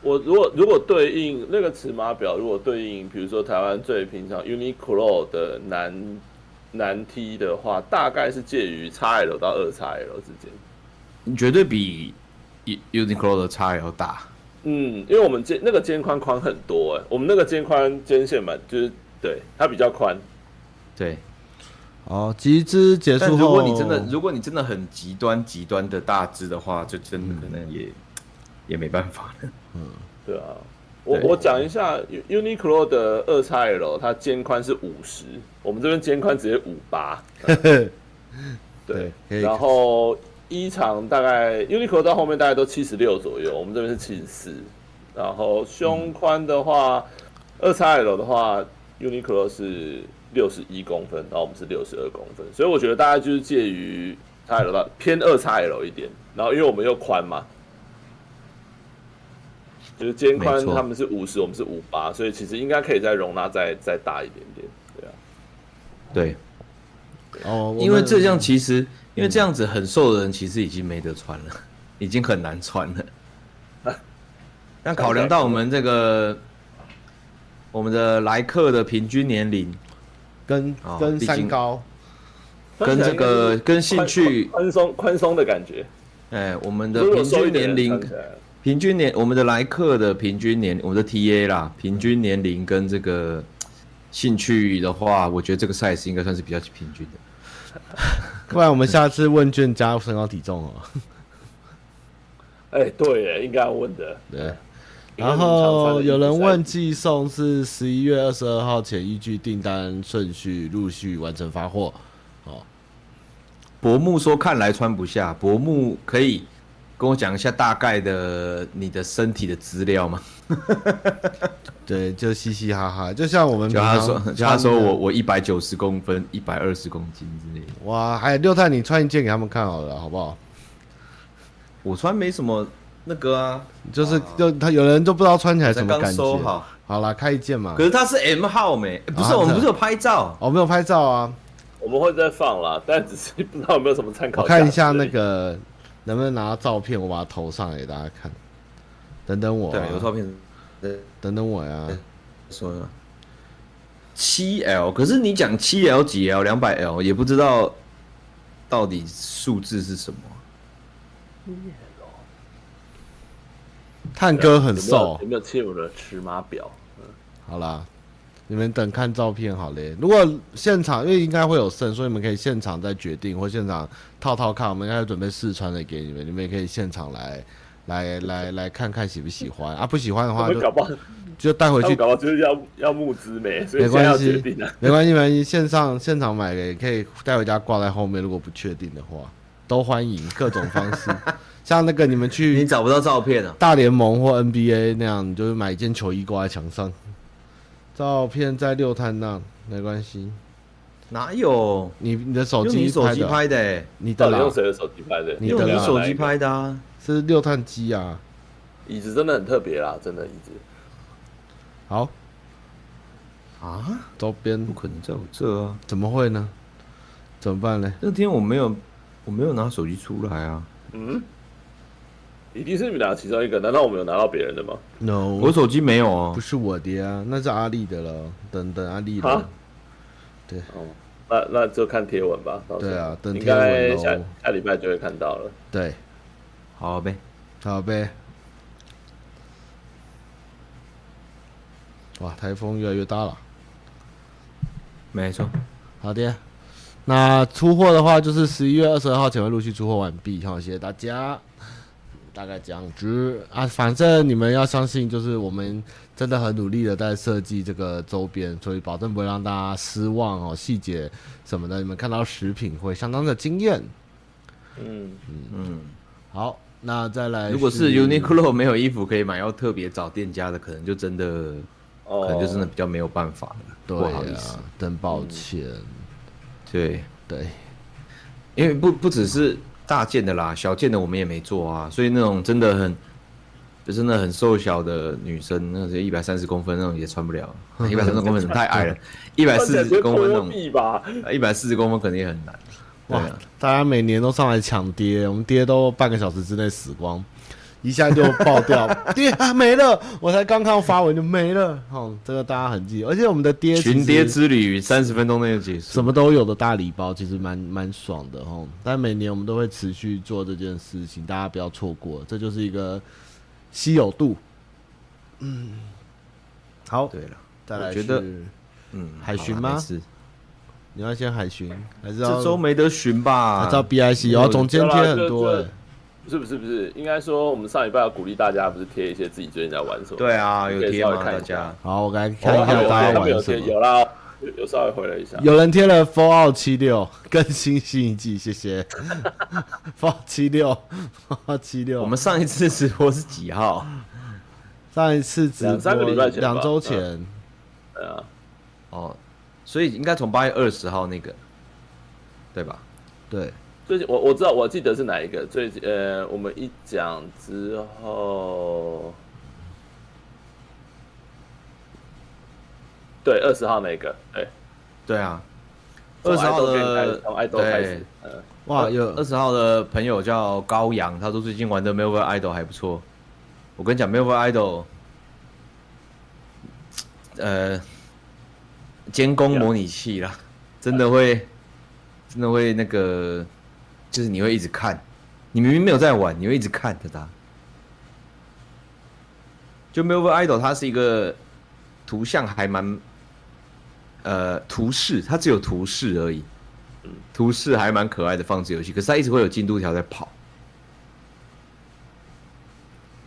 Speaker 3: 我如果如果对应那个尺码表，如果对应比如说台湾最平常 Uniqlo 的男男 T 的话，大概是介于 XL 到二 XL 之间。
Speaker 1: 绝对比 U- Uniqlo 的差要大。
Speaker 3: 嗯，因为我们肩那个肩宽宽很多哎、我们那个肩宽肩线蛮就是对它比较宽，
Speaker 1: 对，
Speaker 2: 哦，集资结束
Speaker 1: 但
Speaker 2: 后，
Speaker 1: 如果你 真的，如果你真的很极端极端的大只的话，就真的可能也、也没办法了。
Speaker 3: 对啊。我
Speaker 1: 对
Speaker 3: 我讲一下 U- Uniqlo 的二 XL，它肩宽是五十，我们这边肩宽直接五八，对，
Speaker 2: 可以
Speaker 3: 然后衣长大概 Uniqlo 到后面大概都七十六左右，我们这边是七十四。然后胸宽的话，二 XL 的话，Uniqlo 是六十一公分，然后我们是六十二公分，所以我觉得大概就是介于 XL 到偏二 XL 一点。然后因为我们又宽嘛，就是肩
Speaker 1: 没
Speaker 3: 宽
Speaker 1: 错
Speaker 3: 他们是五十，我们是五八，所以其实应该可以再容纳再再大一点点，对啊。
Speaker 1: 对，
Speaker 2: 哦，我
Speaker 1: 因为
Speaker 2: 们
Speaker 1: 这样其实，因为这样子很瘦的人其实已经没得 穿了，已经很难穿了。但考量到我们这个我们的来客的平均年龄，
Speaker 2: 跟
Speaker 1: 哦
Speaker 2: 跟
Speaker 1: 毕
Speaker 2: 三
Speaker 1: 竟
Speaker 2: 高，
Speaker 1: 跟这个跟兴趣，
Speaker 3: 宽松宽松的感觉。
Speaker 1: 哎，我们的
Speaker 3: 如果
Speaker 1: 平
Speaker 3: 瘦
Speaker 1: 均
Speaker 3: 一点
Speaker 1: 年龄
Speaker 3: 看起，来
Speaker 1: 平均年我们的来客的平均年，我们的 TA 啦，平均年龄跟这个兴趣的话，我觉得这个 size 应该算是比较平均的。
Speaker 2: 不然我们下次问卷加身高体重哦。
Speaker 3: 哎、对耶，应该要问的。
Speaker 2: 对，
Speaker 3: 应该
Speaker 2: 然
Speaker 3: 是常穿的
Speaker 2: 后
Speaker 3: 衣服
Speaker 2: 有人
Speaker 3: 才
Speaker 2: 问寄送是十一月二十二号前依据订单顺序陆续完成发货。哦，
Speaker 1: 薄木说看来穿不下，薄木可以跟我讲一下大概的你的身体的资料吗？
Speaker 2: 对，就嘻嘻哈哈，就像我们
Speaker 1: 就他
Speaker 2: 平常
Speaker 1: 说，
Speaker 2: 穿
Speaker 1: 就他说
Speaker 2: 啊的
Speaker 1: 我我一百九十公分，一百二十公斤之类的，
Speaker 2: 哇，还有六太你穿一件给他们看好了，好不好？
Speaker 1: 我穿没什么那个啊，
Speaker 2: 就是就他有人都不知道穿起来什
Speaker 1: 才
Speaker 2: 么
Speaker 1: 刚
Speaker 2: 感
Speaker 1: 收
Speaker 2: 觉。
Speaker 1: 好。
Speaker 2: 好啦，开一件嘛
Speaker 1: 可。是它是 M 号没、哎不是、
Speaker 2: 啊
Speaker 1: 我们不
Speaker 2: 是
Speaker 1: 是有拍照，
Speaker 2: 我没有拍照啊，
Speaker 3: 我们会再放啦，但只是不知道有没有什么参考
Speaker 2: 我
Speaker 3: 价值而已。
Speaker 2: 看一下那个能不能拿到照片，我把它投上来给大家看。等等我、
Speaker 1: 对
Speaker 2: 啊，，
Speaker 1: 有照片。对
Speaker 2: 等等我呀、
Speaker 1: 说七 L，可是你讲七 L 几 L 两百 L 也不知道到底数字是什么。
Speaker 2: 探哥很
Speaker 3: 有没有
Speaker 2: 瘦
Speaker 3: 有，没有亲友的尺码表？
Speaker 2: 好啦，你们等看照片好嘞。如果现场，因为应该会有剩，所以你们可以现场再决定，或现场套套看。我们应该准备试穿的给你们，你们也可以现场来来来来看看喜不喜欢啊。不喜欢的
Speaker 3: 我
Speaker 2: 话
Speaker 3: 们搞
Speaker 2: 就
Speaker 3: 不好，
Speaker 2: 就带回
Speaker 3: 他
Speaker 2: 去
Speaker 3: 们，搞不好就是要要募资没，所以
Speaker 2: 没
Speaker 3: 现在要
Speaker 2: 关
Speaker 3: 决
Speaker 2: 系
Speaker 3: 定了。，
Speaker 2: 没关系，没关系。线上现场买的也可以带回家挂在后面，如果不确定的话，都欢迎各种方式。像那个你们
Speaker 1: 你
Speaker 2: 去
Speaker 1: 找不到照片啊？
Speaker 2: 大联盟或 NBA 那样，你就是买一件球衣挂在墙上，照片在六探那没关系。
Speaker 1: 哪有？
Speaker 2: 你你的手
Speaker 1: 用你
Speaker 2: 哦机
Speaker 1: 手
Speaker 2: 拍
Speaker 1: 机
Speaker 2: 的，
Speaker 1: 拍的、欸，
Speaker 2: 你的
Speaker 3: 到底
Speaker 2: 啦
Speaker 3: 用，谁的手机拍的？
Speaker 2: 你
Speaker 1: 用
Speaker 2: 的
Speaker 1: 你
Speaker 2: 啦
Speaker 1: 手机。拍的啊？
Speaker 2: 是六探机啊。
Speaker 3: 椅子真的很特别啦，真的椅子。
Speaker 2: 好，
Speaker 1: 啊？
Speaker 2: 周边
Speaker 1: 不可能在我这啊！
Speaker 2: 怎么会呢？怎么办呢？
Speaker 1: 那天我没有，我没有拿手机出来啊。
Speaker 3: 嗯，一定是你们俩其中一个，难道我们有拿到别人的吗？
Speaker 2: No，
Speaker 1: 我手机没有哦
Speaker 2: 不，是我的啊，那是阿丽的了。等等阿丽
Speaker 3: 啊
Speaker 2: 的，
Speaker 3: 哦，那那就看贴文吧。到时候
Speaker 2: 对啊等
Speaker 3: 应
Speaker 2: 贴文
Speaker 3: 该
Speaker 2: 咯
Speaker 3: 下下礼拜就会看到了。
Speaker 2: 对，
Speaker 1: 好呗。
Speaker 2: 好呗。哇，台风越来越大了。
Speaker 1: 没错，
Speaker 2: 好的，那出货的话就是十一月二十二号前会陆续出货完毕，好，谢谢大家。大概这样子啊，反正你们要相信，就是我们真的很努力的在设计这个周边，所以保证不会让大家失望哦。细节什么的，你们看到食品会相当的惊艳。
Speaker 3: 嗯，
Speaker 2: 好，那再来，
Speaker 1: 如果是 Uniqlo 没有衣服可以买，要特别找店家的，可能就真的，
Speaker 3: 哦，
Speaker 1: 可能就真的比较没有办法了，
Speaker 2: 对
Speaker 1: 不好意思
Speaker 2: 啊。，真抱歉，
Speaker 1: 对，
Speaker 2: 对，啊
Speaker 1: 因为不不只是大件的啦，小件的我们也没做啊，所以那种真的很，真的很瘦小的女生，那些一百三十公分那种也穿不了，一百三十公分太矮了，一百四十公分那种，
Speaker 3: 币吧，
Speaker 1: 一百四十公分肯定也很难。对
Speaker 2: 哇
Speaker 1: 啊，，
Speaker 2: 大家每年都上来抢爹，我们爹都半个小时之内死光，一下就爆掉， 爹啊没了，我才刚刚发文就没了，哦，这个大家很记，而且我们的爹其实
Speaker 1: 群爹之旅三十分钟内就结束
Speaker 2: 什。么都有的大礼包，其实蛮蛮爽的哦。但每年我们都会持续做这件事情，大家不要错过，这就是一个稀有度。嗯，好，
Speaker 1: 对了，
Speaker 2: 再来
Speaker 1: 我觉得
Speaker 2: 是
Speaker 1: 嗯，
Speaker 2: 海巡
Speaker 1: 好啦
Speaker 2: 吗
Speaker 1: 没事
Speaker 2: 你要先海巡，还是要
Speaker 1: 这周没得巡吧？
Speaker 2: 还是要 BIC？然后哦总监贴很多、
Speaker 3: 对
Speaker 2: 欸
Speaker 3: 啦，不是不是不是，应该说我们上礼拜有鼓励大家，不是贴一些自己最近在玩什么？
Speaker 1: 对啊，有
Speaker 3: 可以
Speaker 1: 贴
Speaker 3: 稍微
Speaker 1: 吗？
Speaker 3: 看
Speaker 1: 大
Speaker 3: 一下
Speaker 1: 家
Speaker 2: 好，我来看
Speaker 3: 哦，
Speaker 2: 一
Speaker 3: 他
Speaker 2: 下
Speaker 3: 们有
Speaker 2: 大
Speaker 3: 贴，
Speaker 2: 家
Speaker 3: 他们
Speaker 2: 玩
Speaker 3: 有
Speaker 2: 什
Speaker 3: 贴，
Speaker 2: 么。
Speaker 3: 有啦，有有稍微回了一下。
Speaker 2: 有人贴了 Fallout 七六 更新新一季，谢谢。Fallout 七六，Fallout 七六，
Speaker 1: 我们上一次直播是几号？
Speaker 2: 上一次直播
Speaker 3: 两三个礼拜前吧
Speaker 2: 两周前，
Speaker 3: 对啊，
Speaker 1: 哦，所以应该从八月二十号那个，对吧？
Speaker 2: 对，
Speaker 3: 最近我我知道，我记得是哪一个。最近呃，我们一讲之后，对，二十号那个，对，
Speaker 1: 对啊，
Speaker 3: 从
Speaker 1: 二十号
Speaker 3: idol 开始
Speaker 1: 的
Speaker 3: 从爱豆开始，嗯，
Speaker 2: 哇，有
Speaker 1: 二十号的朋友叫高阳，他说最近玩的 Melville Idol 还不错。我跟你讲，Melville Idol，呃，监工模拟器啦，真的会，真的会那个，就是你会一直看，你明明没有在玩，你会一直看着它。就 Melville Idol，它是一个图像还蛮，呃，图示，它只有图示而已。图示还蛮可爱的放置游戏，可是它一直会有进度条在跑。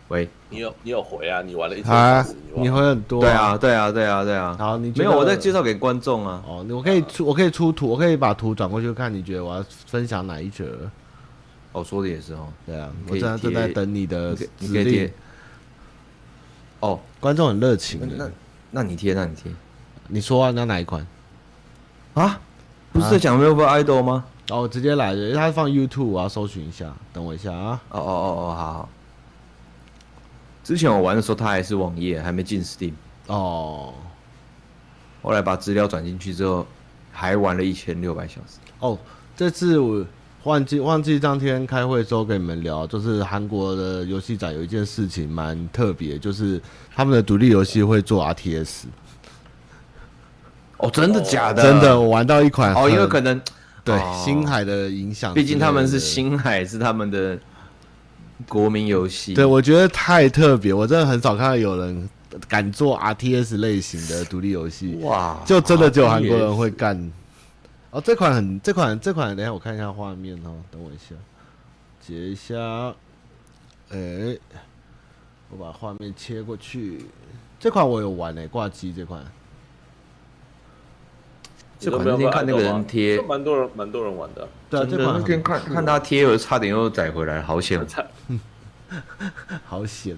Speaker 1: 喂，
Speaker 3: 你有你有回啊？你玩了一周小
Speaker 2: 啊
Speaker 3: 时，，你
Speaker 2: 你
Speaker 3: 忘了
Speaker 2: 会很多
Speaker 1: 对啊，。对啊，对啊，对啊。
Speaker 2: 好你觉
Speaker 1: 没
Speaker 2: 得
Speaker 1: 有我在介绍给观众啊。
Speaker 2: 哦，我可以出，我可以出图，我可以把图转过去看，你觉得我要分享哪一折？
Speaker 1: 我说的也是哦，
Speaker 2: 对啊，
Speaker 1: 可
Speaker 2: 我
Speaker 1: 以
Speaker 2: 正在正
Speaker 1: 贴
Speaker 2: 在等你的
Speaker 1: 你可以你可
Speaker 2: 指
Speaker 1: 以
Speaker 2: 令
Speaker 1: 贴。。哦，
Speaker 2: 观众很热情
Speaker 1: 那
Speaker 2: 的
Speaker 1: 那，那你贴，那你贴
Speaker 2: 你说啊，你要哪一款？
Speaker 1: 啊？不是在讲 m e l v i Idol 吗？
Speaker 2: 哦，我直接来的，因为它放 YouTube，我要搜寻一下。等我一下啊。
Speaker 1: 哦哦哦哦，好好。之前我玩的时候，它还是网页，还没进 Steam。
Speaker 2: 哦，
Speaker 1: 后来把资料转进去之后，还玩了一千六百小时。
Speaker 2: 哦，这次我忘记忘记当天开会的时候跟你们聊，就是韩国的游戏展有一件事情蛮特别，就是他们的独立游戏会做 RTS，
Speaker 1: 哦，真的假的？
Speaker 2: 真的，我玩到一款
Speaker 1: 哦，
Speaker 2: 很
Speaker 1: 因为可能
Speaker 2: 对、
Speaker 1: 哦
Speaker 2: 星海的影响之类
Speaker 1: 毕
Speaker 2: 的，
Speaker 1: 竟他们是星海，是他们的国民游戏。
Speaker 2: 对，我觉得太特别，我真的很少看到有人敢做 RTS 类型的独立游戏，
Speaker 1: 哇
Speaker 2: 就真的只有韩国人会干。哦，这款很，这款这款，等一下我看一下画面哦，等我一下，截一下，哎、我把画面切过去。这款我有玩诶、挂机这款，
Speaker 1: 这款那天看那个人贴
Speaker 3: 啊就，蛮多人蛮多人玩的，
Speaker 2: 对啊，
Speaker 1: 真
Speaker 2: 这
Speaker 1: 的
Speaker 2: 款
Speaker 1: 那
Speaker 2: 很
Speaker 1: 天看看他贴，我差点又载回来了，好险！
Speaker 2: 好险。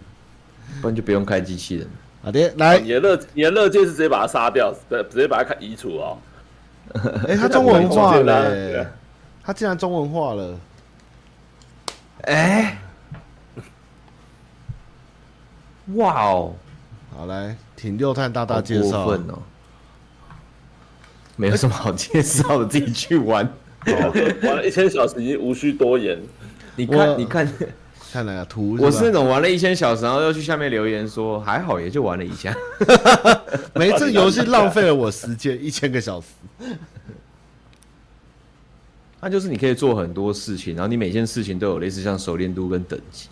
Speaker 1: 不然就不用开机器人。
Speaker 2: 好的，来，
Speaker 3: 你的乐你的乐界是直接把它杀掉，对，直接把它看移除哦。
Speaker 2: 哎、它中文化
Speaker 3: 这
Speaker 2: 了、
Speaker 3: 款很简单对
Speaker 2: 它竟然中文化了。
Speaker 1: 哎，哇哦，
Speaker 2: 好，来，挺六探大
Speaker 1: 好
Speaker 2: 大介绍
Speaker 1: 过，分哦！没有什么好介绍的，自己去玩。
Speaker 3: 玩了一千小时已经无需多言，
Speaker 1: 你
Speaker 2: 我
Speaker 1: 看，你看，
Speaker 2: 看哪个图？
Speaker 1: 我是那
Speaker 2: 吧
Speaker 1: 种玩了一千小时，然后又去下面留言说还好，也就玩了一下。
Speaker 2: 没这个游戏浪费了我时间一千个小时。
Speaker 1: 那就是你可以做很多事情，然后你每件事情都有类似像熟练度跟等级。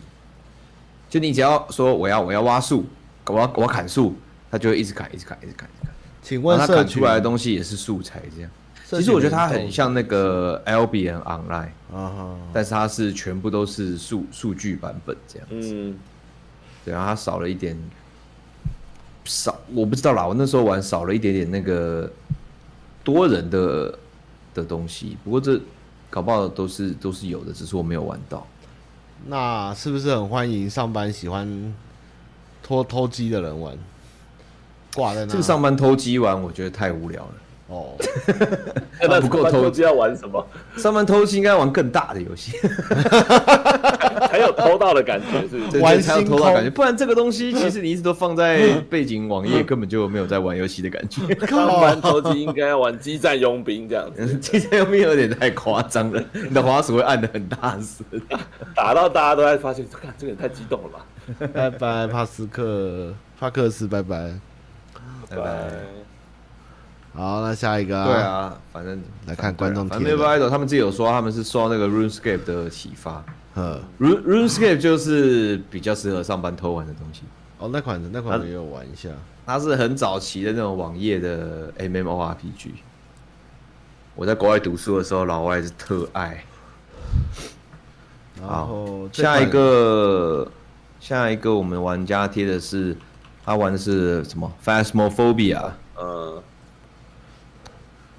Speaker 1: 就你只要说我要我要挖树，我要我要砍树，它就会一直砍，一直砍，一直砍，一直砍。
Speaker 2: 请
Speaker 1: 然
Speaker 2: 问
Speaker 1: 后它
Speaker 2: 社
Speaker 1: 砍出
Speaker 2: 群
Speaker 1: 来的东西也是素材这样。
Speaker 2: 社群
Speaker 1: 其实我觉得它
Speaker 2: 联动
Speaker 1: 很像那个 Albion Online，
Speaker 2: 啊哈，
Speaker 1: 但是它是全部都是数数据版本这样。
Speaker 3: 嗯，
Speaker 1: 对，然后它少了一点，少我不知道啦，我那时候玩少了一点点那个多人的的东西，不过这搞不好都是都是有的，只是我没有玩到。
Speaker 2: 那是不是很欢迎上班喜欢偷偷鸡的人玩？挂在那
Speaker 1: 这个上班偷鸡玩，我觉得太无聊了。
Speaker 2: 哦，
Speaker 3: 那
Speaker 1: 不够偷
Speaker 3: 偷鸡要玩什么？
Speaker 1: 上班偷鸡应该玩更大的游 戏，
Speaker 3: 才有偷到的感觉，是不是？
Speaker 1: 对
Speaker 2: 玩
Speaker 1: 对才有
Speaker 2: 星
Speaker 1: 偷到感
Speaker 2: 空
Speaker 1: 觉，不然这个东 西其实你一直都放在背景网页，根本就没有在玩游戏的感觉。
Speaker 3: 上班偷鸡应该要玩激战佣兵这样子，
Speaker 1: 今天有没有点太夸张了？你的滑鼠会按的很大声。
Speaker 3: 打到大家都在发现，看这个人太激动了吧？
Speaker 2: 拜拜，帕斯克帕克斯，拜拜。
Speaker 1: 拜拜。
Speaker 2: 好，那下一个、
Speaker 1: 对，啊，反正
Speaker 2: 来看观众
Speaker 1: 反
Speaker 2: 贴
Speaker 1: 正
Speaker 2: 的
Speaker 1: Maple Idol 他们自己有说，他们是受到那个 RuneScape 的启发。
Speaker 2: 呵，
Speaker 1: Rune RuneScape 就是比较适合上班偷玩的东西，
Speaker 2: 哦，那款那款我也有玩一下，
Speaker 1: 它是很早期的那种网页的 MMORPG。我在国外读书的时候，老外是特爱。
Speaker 2: 然
Speaker 1: 好
Speaker 2: 后，这
Speaker 1: 哦下
Speaker 2: 款
Speaker 1: 一个，下一个我们玩家贴的是，他玩的是什么？Phasmophobia
Speaker 3: 嗯，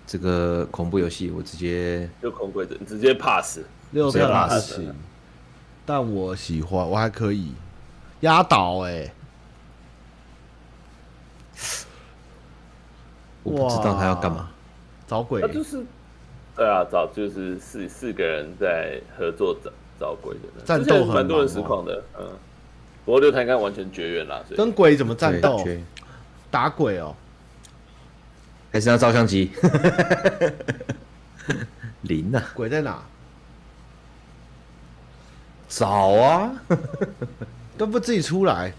Speaker 1: 这个恐怖游戏，我直接
Speaker 3: 就空规则，你直接 pass。
Speaker 2: 六
Speaker 1: 谁
Speaker 2: 票
Speaker 1: 拉
Speaker 2: 不
Speaker 3: 屎
Speaker 2: 行，但我喜欢，我还可以压倒哎、
Speaker 1: 我不知道他要干
Speaker 2: 哇
Speaker 1: 嘛。
Speaker 2: 找鬼
Speaker 3: 那就是，对啊，找就是四四个人在合作找找鬼的，
Speaker 2: 战斗
Speaker 3: 之前
Speaker 2: 很忙
Speaker 3: 蛮多人实况的，嗯。不过六台刚完全绝缘啦，所以
Speaker 2: 跟鬼怎么战
Speaker 1: 对
Speaker 2: 斗？
Speaker 1: 绝
Speaker 2: 打鬼哦，
Speaker 1: 还是要照相机？ 零啊，
Speaker 2: 鬼在哪？
Speaker 1: 找啊！
Speaker 2: 都不自己出来。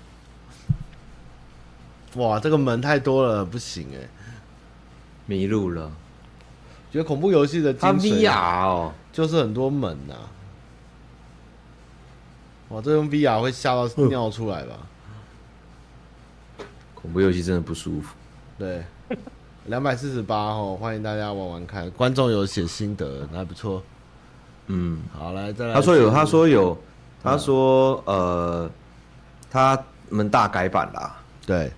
Speaker 2: 哇，这个门太多了，不行哎、
Speaker 1: 迷路了。
Speaker 2: 觉得恐怖游戏的精
Speaker 1: 他
Speaker 2: 髓
Speaker 1: VR 哦，
Speaker 2: 就是很多门呐、哇，这用 VR 会吓到尿出来吧？
Speaker 1: 恐怖游戏真的不舒服。
Speaker 2: 对， 两百四十八哦，欢迎大家玩玩看。观众有写心得，那还不错。
Speaker 1: 嗯，
Speaker 2: 好，来再来。
Speaker 1: 他说有，他说有，他说呃，他们大改版啦，
Speaker 2: 对，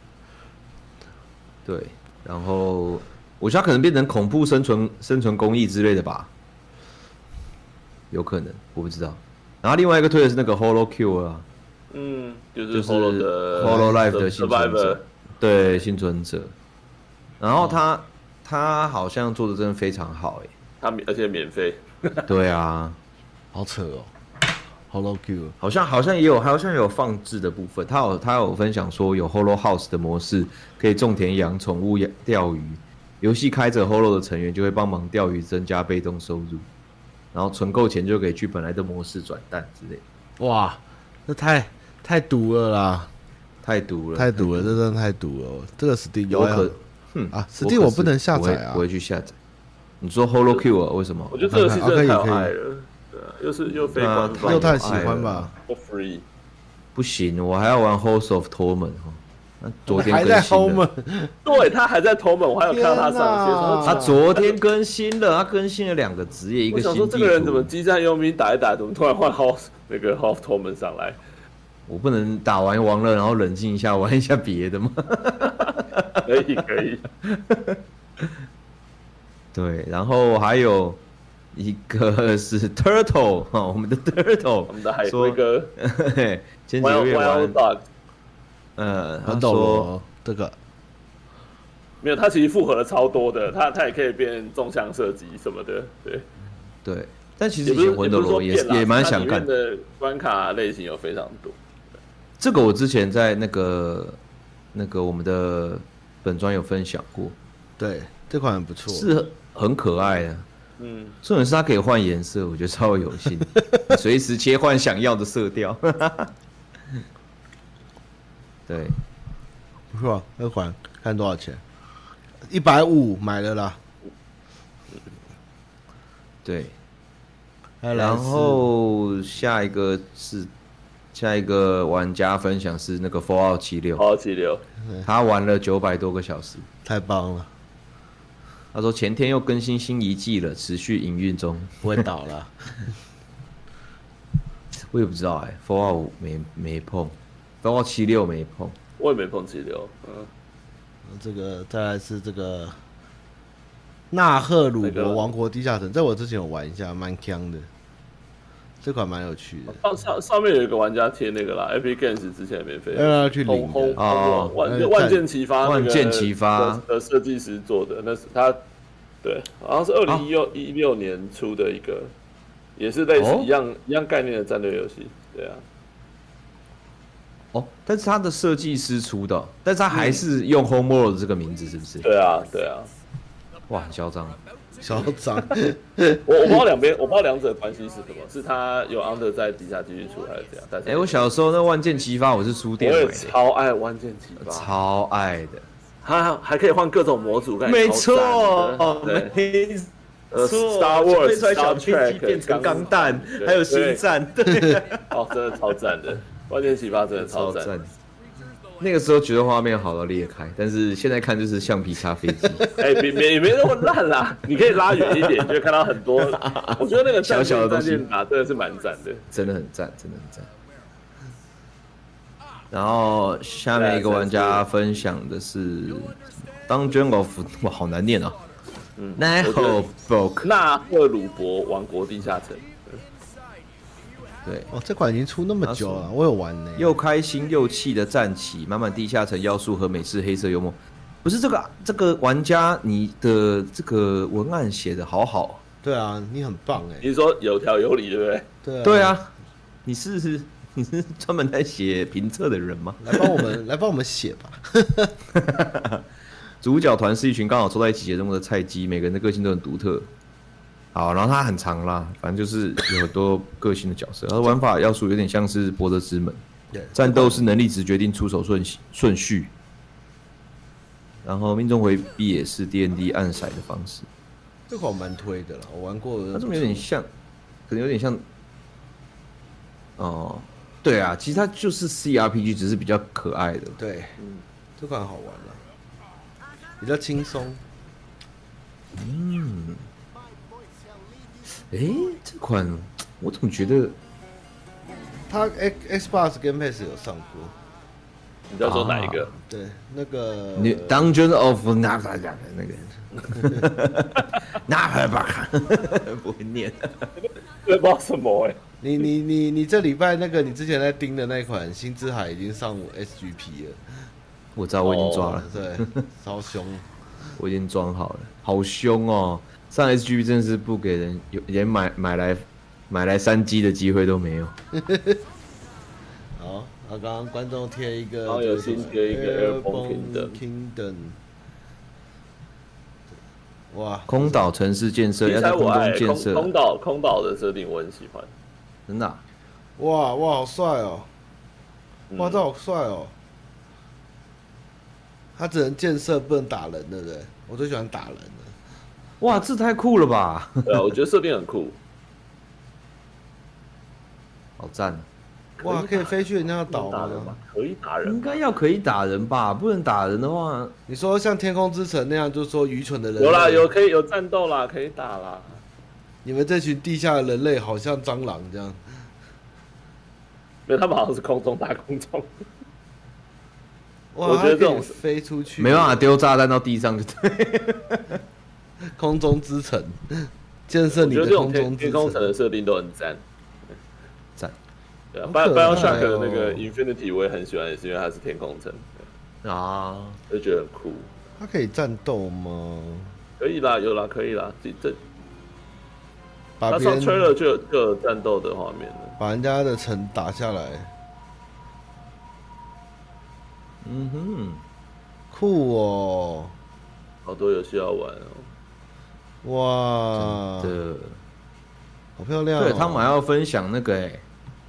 Speaker 1: 对。然后我觉得他可能变成恐怖生存生存公益之类的吧，有可能，我不知道。然后另外一个推的是那个 Holo Q 啊，
Speaker 3: 嗯，就是
Speaker 1: 就是
Speaker 3: Holo 的
Speaker 1: Hollow Life 的幸存
Speaker 3: Survivor，
Speaker 1: 者，对幸存者。然后他、他好像做的真的非常好哎、
Speaker 3: 他免而且免费，
Speaker 1: 对啊，
Speaker 2: 好扯哦，Hello Q，
Speaker 1: 好像好像也有好像有放置的部分，他有他有分享说有 Holo House 的模式，可以种田养宠物养钓鱼，游戏开着 Holo 的成员就会帮忙钓鱼，增加被动收入。然后存够钱就可以去本来的模式转蛋之类的，
Speaker 2: 哇，这太太毒了啦，
Speaker 1: 太毒了，
Speaker 2: 太毒了，这真的太毒了。这个 Steam
Speaker 1: 我可
Speaker 2: 有，
Speaker 1: 哼
Speaker 2: 啊
Speaker 1: 我可
Speaker 2: ，Steam
Speaker 1: 是
Speaker 2: 我不能下载啊
Speaker 1: 不会不会去下载。你说 Holo Q 啊？为什么？
Speaker 3: 我觉得这游戏
Speaker 2: 看看
Speaker 3: 真的太
Speaker 2: 啊可以
Speaker 3: 有爱了，对啊，又是又非
Speaker 1: 对啊
Speaker 3: 官
Speaker 1: 太
Speaker 2: 又
Speaker 1: 有
Speaker 3: 方，
Speaker 2: 太喜
Speaker 1: 爱
Speaker 2: 欢
Speaker 1: 了
Speaker 2: 吧？
Speaker 3: 又 free，
Speaker 1: 不行，我还要玩 Host of Torment 哈。那昨天
Speaker 2: 还
Speaker 1: 更
Speaker 2: 在
Speaker 1: 新
Speaker 2: home
Speaker 1: 了，
Speaker 3: 对他还在投门，我还有看到他上
Speaker 2: 天
Speaker 3: 线，
Speaker 2: 哪
Speaker 3: 说
Speaker 1: 他啊昨天更新了，他更新了两个职业，一
Speaker 3: 我
Speaker 1: 个
Speaker 3: 想
Speaker 1: 新
Speaker 3: 说
Speaker 1: 地
Speaker 3: 这个人怎么
Speaker 1: 图。
Speaker 3: 激战佣兵打一打，怎么突然换 House 那个 Half t o m a n 上来？
Speaker 1: 我不能打完王了，然后冷静一下玩一下别的吗？
Speaker 3: 可以可以，
Speaker 1: 对，然后还有一个 是 Turtle 哈，我们的 Turtle，
Speaker 3: 我们的海
Speaker 1: 说
Speaker 3: 龟，哥
Speaker 1: 嘿 前几个
Speaker 3: Wild
Speaker 1: 月
Speaker 3: Wild
Speaker 1: 玩，
Speaker 3: Dog
Speaker 1: 呃，他
Speaker 2: 很抖
Speaker 1: 说
Speaker 2: 了啊这个
Speaker 3: 没有，他其实复合了超多的，他他也可以变纵向射击什么的，对。
Speaker 1: 对，但其实以
Speaker 3: 也不是
Speaker 1: 前魂斗罗也
Speaker 3: 也不
Speaker 1: 是
Speaker 3: 是说变啦
Speaker 1: 也蛮
Speaker 3: 它
Speaker 1: 想
Speaker 3: 里
Speaker 1: 干
Speaker 3: 面的关卡类型有非常多，
Speaker 1: 这个我之前在那个那个我们的本专有分享过，
Speaker 2: 对，这款很不错，
Speaker 1: 是很可爱的。啊
Speaker 3: 嗯，
Speaker 1: 重点是它可以换颜色，我觉得超有心，你随时切换想要的色调。 对，
Speaker 2: 不错，二款看多少钱？一百五买了啦。
Speaker 1: 对，
Speaker 2: 还有莱
Speaker 1: 然
Speaker 2: 斯
Speaker 1: 后下一个是下一个玩家分享是那个 Fallout 七六，
Speaker 3: 好气流，
Speaker 1: 他玩了九百多个小时。
Speaker 2: 太棒了，
Speaker 1: 他说前天又更新新一季了，持续营运中。
Speaker 2: 不会倒了。
Speaker 1: 我也不知道哎、f o r 五没没碰，Fallout 七六没碰。
Speaker 3: 我也没碰气流，嗯，
Speaker 2: 这个再来是这个纳赫鲁
Speaker 3: 那个
Speaker 2: 伯王国地下城，在我之前有玩一下，蛮强的，这款蛮有趣的。
Speaker 3: 上上上面有一个玩家贴那个啦，Epic Games 之前免费
Speaker 2: 要。让他啊去领
Speaker 3: 轰轰
Speaker 2: 的，
Speaker 1: 哦
Speaker 3: 轰啊万
Speaker 2: 那
Speaker 3: 万万箭齐发那个，
Speaker 1: 万箭齐发
Speaker 3: 的的设计师做的，那是他，对，好像是二零一六一六年出的一个，也是类似
Speaker 1: 哦
Speaker 3: 一样一样概念的战略游戏，对啊，
Speaker 1: 哦，但是他的设计师出的哦，但是他还是用 Homeworld 这个名字，是不是？
Speaker 3: 嗯对啊，对啊，
Speaker 1: 哇，很嚣张。
Speaker 2: 嚣 张。
Speaker 3: 我我不知道两边，我不知道两者的关系是什么，是他有 Under 在底下继续出还是怎样？但是
Speaker 1: 哎、我小时候那万箭齐发，我是书
Speaker 3: 我
Speaker 1: 店买
Speaker 3: 也
Speaker 1: 的，
Speaker 3: 超爱万箭齐发，
Speaker 1: 超爱的。
Speaker 3: 他还可以换各种模组，感觉
Speaker 1: 没
Speaker 3: 哎超
Speaker 1: 错，
Speaker 3: 赞的
Speaker 1: 哦，
Speaker 3: 对。
Speaker 1: 没
Speaker 3: 呃
Speaker 1: 错
Speaker 3: ，Star
Speaker 1: 就飞
Speaker 3: Wars、
Speaker 1: 出来
Speaker 3: Star
Speaker 1: 小飞
Speaker 3: Trek
Speaker 1: 机变成钢弹
Speaker 3: 钢，弹
Speaker 1: 还有
Speaker 3: 对
Speaker 1: 星战，对，
Speaker 3: 哦，真的超赞的，万箭齐发真的超赞。。
Speaker 1: 那个时候觉得画面好到裂开，但是现在看就是橡皮擦飞机，
Speaker 3: 哎，别别也没那么烂啦，你可以拉远一点，你就会看到很多。我觉得那个
Speaker 1: 小小的东
Speaker 3: 战
Speaker 1: 西
Speaker 3: 舰打真的是蛮赞的。
Speaker 1: 真的很赞，真的很赞。然后下面一个玩家分享的是《Dungeon of》，哇， 好难念啊、哦！
Speaker 3: 嗯
Speaker 1: n a
Speaker 3: 我
Speaker 1: h
Speaker 3: 觉得
Speaker 1: o Book，
Speaker 3: 纳赫鲁伯王国地下城，
Speaker 1: 对，
Speaker 2: 哦，这款已经出那么久了，我有玩呢。
Speaker 1: 又开心又气的站起，满满地下城要素和美式黑色幽默。不是这个这个玩家，你的这个文案写的好好。
Speaker 2: 对啊，你很棒哎。
Speaker 3: 你说有条有理，对不对？
Speaker 2: 对啊，
Speaker 1: 对，啊，你是 你是专门在写评测的人吗？
Speaker 2: 来帮我 们来帮我们写吧。
Speaker 1: 主角团是一群刚好凑在一起节目的菜鸡，每个人的个性都很独特。好，然后它很长啦，反正就是有很多个性的角色，而玩法要素有点像是《博德之门》，
Speaker 2: 对
Speaker 1: 战斗是能力值决定出手顺序顺序，然后命中回避也是 D N D 暗骰的方式，
Speaker 2: 这款我蛮推的了，我玩过。
Speaker 1: 它这么有点像，可能有点像，哦，对啊，其实它就是 C R P G，只是比较可爱的，
Speaker 2: 对
Speaker 3: 嗯，
Speaker 2: 这款好玩了，比较轻松。
Speaker 1: 诶，这款我怎么觉得
Speaker 2: 它 X Xbox 跟 PS 有上过，
Speaker 3: 你要说哪一
Speaker 1: 啊
Speaker 3: 个？
Speaker 2: 对，那个
Speaker 1: 你 Dungeon of n a v a 的 那个 n a v a 不会念，
Speaker 3: 这不知道什么哎、
Speaker 2: 你你你你这礼拜那个你之前在盯的那款《星之海》已经上 SGP 了，
Speaker 1: 我知道我已经抓了，
Speaker 2: 对，超凶。
Speaker 1: 我已经装好了，好凶哦！上 S G 真的是不给人有连买买来买来三 G 的机会都没有，
Speaker 2: 好，那刚刚观众贴一个，
Speaker 3: 然后有新贴一个 Airborne
Speaker 2: Airborne Kingdom。哇，
Speaker 1: 空岛城市建设要在空
Speaker 3: 我爱
Speaker 1: 中建
Speaker 3: 空
Speaker 1: 设
Speaker 3: 空，岛空岛的设定我很喜欢。
Speaker 1: 真的啊、
Speaker 2: 哇哇，好帅哦！
Speaker 3: 嗯
Speaker 2: 哇，这好帅哦！他只能建设，不能打人，对不对？我最喜欢打人了。
Speaker 1: 哇，这太酷了吧！
Speaker 3: 对啊，我觉得设定很酷。
Speaker 1: 好赞啊，
Speaker 2: 哇，可以飞去人家的岛
Speaker 3: 能打人
Speaker 2: 吗嗯
Speaker 3: 吗？？可以打人
Speaker 1: 应
Speaker 3: 吗，
Speaker 1: 该要可以打人吧？不能打人的话，
Speaker 2: 你说像天空之城那样，就是说愚蠢的人类
Speaker 3: 有啦，有可以有战斗啦，可以打啦。
Speaker 2: 你们这群地下的人类好像蟑螂这样，
Speaker 3: 没有，他们好像是空中打空中。
Speaker 2: 哇，
Speaker 3: 我觉
Speaker 2: 它可
Speaker 3: 得
Speaker 2: 以
Speaker 3: 这种啊是
Speaker 2: 飞出去，
Speaker 1: 没办法丢炸弹到地上就对。
Speaker 2: 空中之城， 建设
Speaker 3: 我
Speaker 2: 你
Speaker 3: 觉得
Speaker 2: 的
Speaker 3: 这种
Speaker 2: 空
Speaker 3: 天
Speaker 2: 中
Speaker 3: 天
Speaker 2: 之
Speaker 3: 空城
Speaker 2: 城。
Speaker 3: 的设定都很赞。
Speaker 1: 赞
Speaker 3: 对啊
Speaker 2: 好可爱哦
Speaker 3: Bio-，BioShock 的那个 Infinity 我也很喜欢，也是因为它是天空城，
Speaker 1: 啊！
Speaker 3: 就觉得很酷。
Speaker 2: 它可以战斗吗？
Speaker 3: 可以啦，有啦，可以啦。这这
Speaker 2: 把
Speaker 3: 它
Speaker 2: 别
Speaker 3: 上吹了
Speaker 2: 人
Speaker 3: 就有就有战斗的画面了。
Speaker 2: 把人家的城打下来，
Speaker 1: 嗯哼，
Speaker 2: 酷哦！
Speaker 3: 好多游戏要玩哦。
Speaker 2: 哇，
Speaker 1: 的。
Speaker 2: 好漂亮、哦！
Speaker 1: 对他们还要分享那个哎、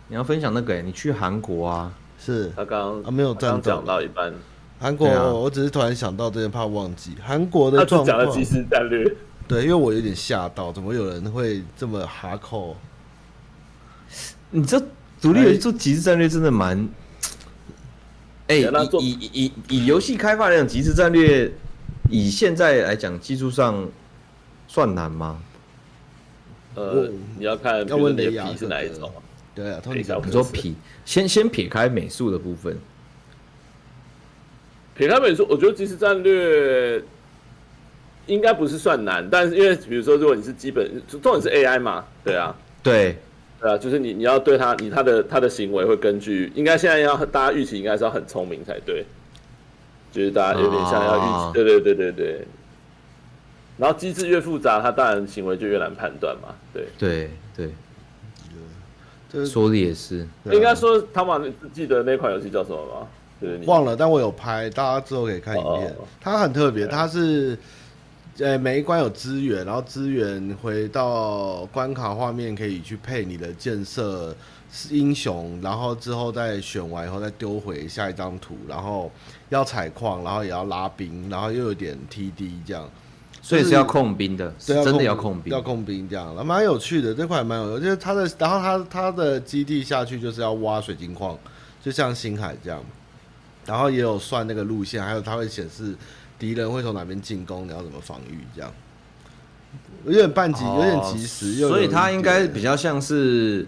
Speaker 1: 你要分享那个哎、你去韩国啊，
Speaker 2: 是
Speaker 3: 他刚
Speaker 2: 啊没有
Speaker 3: 他
Speaker 2: 战
Speaker 3: 刚
Speaker 2: 斗
Speaker 3: 讲到一半，
Speaker 2: 韩国、
Speaker 1: 对啊
Speaker 2: 我只是突然想到这件，怕忘记韩国的
Speaker 3: 他只
Speaker 2: 状
Speaker 3: 讲了
Speaker 2: 况
Speaker 3: 即。时战略，
Speaker 2: 对，因为我有点吓到，怎么有人会这么哈扣？
Speaker 1: 你这独立游戏做即时战略真的蛮，哎、
Speaker 2: 啊
Speaker 3: 原来做
Speaker 1: 以以以以游戏开发来讲，即时战略以现在来讲，技术上算难吗？
Speaker 3: 呃
Speaker 2: 我，
Speaker 3: 你要看
Speaker 2: 哦
Speaker 3: 比
Speaker 2: 要
Speaker 3: 如说
Speaker 2: 问
Speaker 3: 你
Speaker 2: 雷
Speaker 3: 的
Speaker 2: 亚
Speaker 3: 皮是哪一种啊？
Speaker 2: 对啊，他们
Speaker 3: 等一下
Speaker 2: 讲
Speaker 3: 我
Speaker 1: 你
Speaker 3: 们
Speaker 1: 说
Speaker 3: 是
Speaker 1: 撇，先先撇开美术的部分，
Speaker 3: 撇开美术，我觉得即时战略应该不是算难，但是因为比如说，如果你是基本，重点是 AI 嘛，对啊，
Speaker 1: 对，
Speaker 3: 对啊，就是你你要对他，你他的他的行为会根据，应该现在要大家预期应该是要很聪明才对，就是大家有点像要预期，
Speaker 1: 啊
Speaker 2: 哦
Speaker 3: 对对对对对。然后机制越复杂，他当然行为就越难判断嘛，对。
Speaker 1: 对对，
Speaker 2: 就是
Speaker 1: 说的也是，
Speaker 2: 对啊
Speaker 3: 应该说，他们记得那款游戏叫什么吗？就是你
Speaker 2: 忘了，但我有拍，大家之后可以看影片
Speaker 3: 哦。
Speaker 2: 它很特别，
Speaker 3: 对
Speaker 2: 它是，呃，每一关有资源，然后资源回到关卡画面可以去配你的建设英雄，然后之后再选完以后再丢回下一张图，然后要采矿，然后也要拉兵，然后又有点 TD 这样。
Speaker 1: 所以是要控兵的，是
Speaker 2: 对，要
Speaker 1: 真的要控
Speaker 2: 控
Speaker 1: 兵
Speaker 2: 要，控兵这样，那蛮有趣的，这块蛮有趣，就是它的，然后它它的基地下去就是要挖水晶矿，就像星海这样，然后也有算那个路线，还有它会显示敌人会从哪边进攻，你要怎么防御这样，有点半及，有点及时，又有
Speaker 1: 哦所以
Speaker 2: 一
Speaker 1: 它应该
Speaker 2: 点
Speaker 1: 比较像是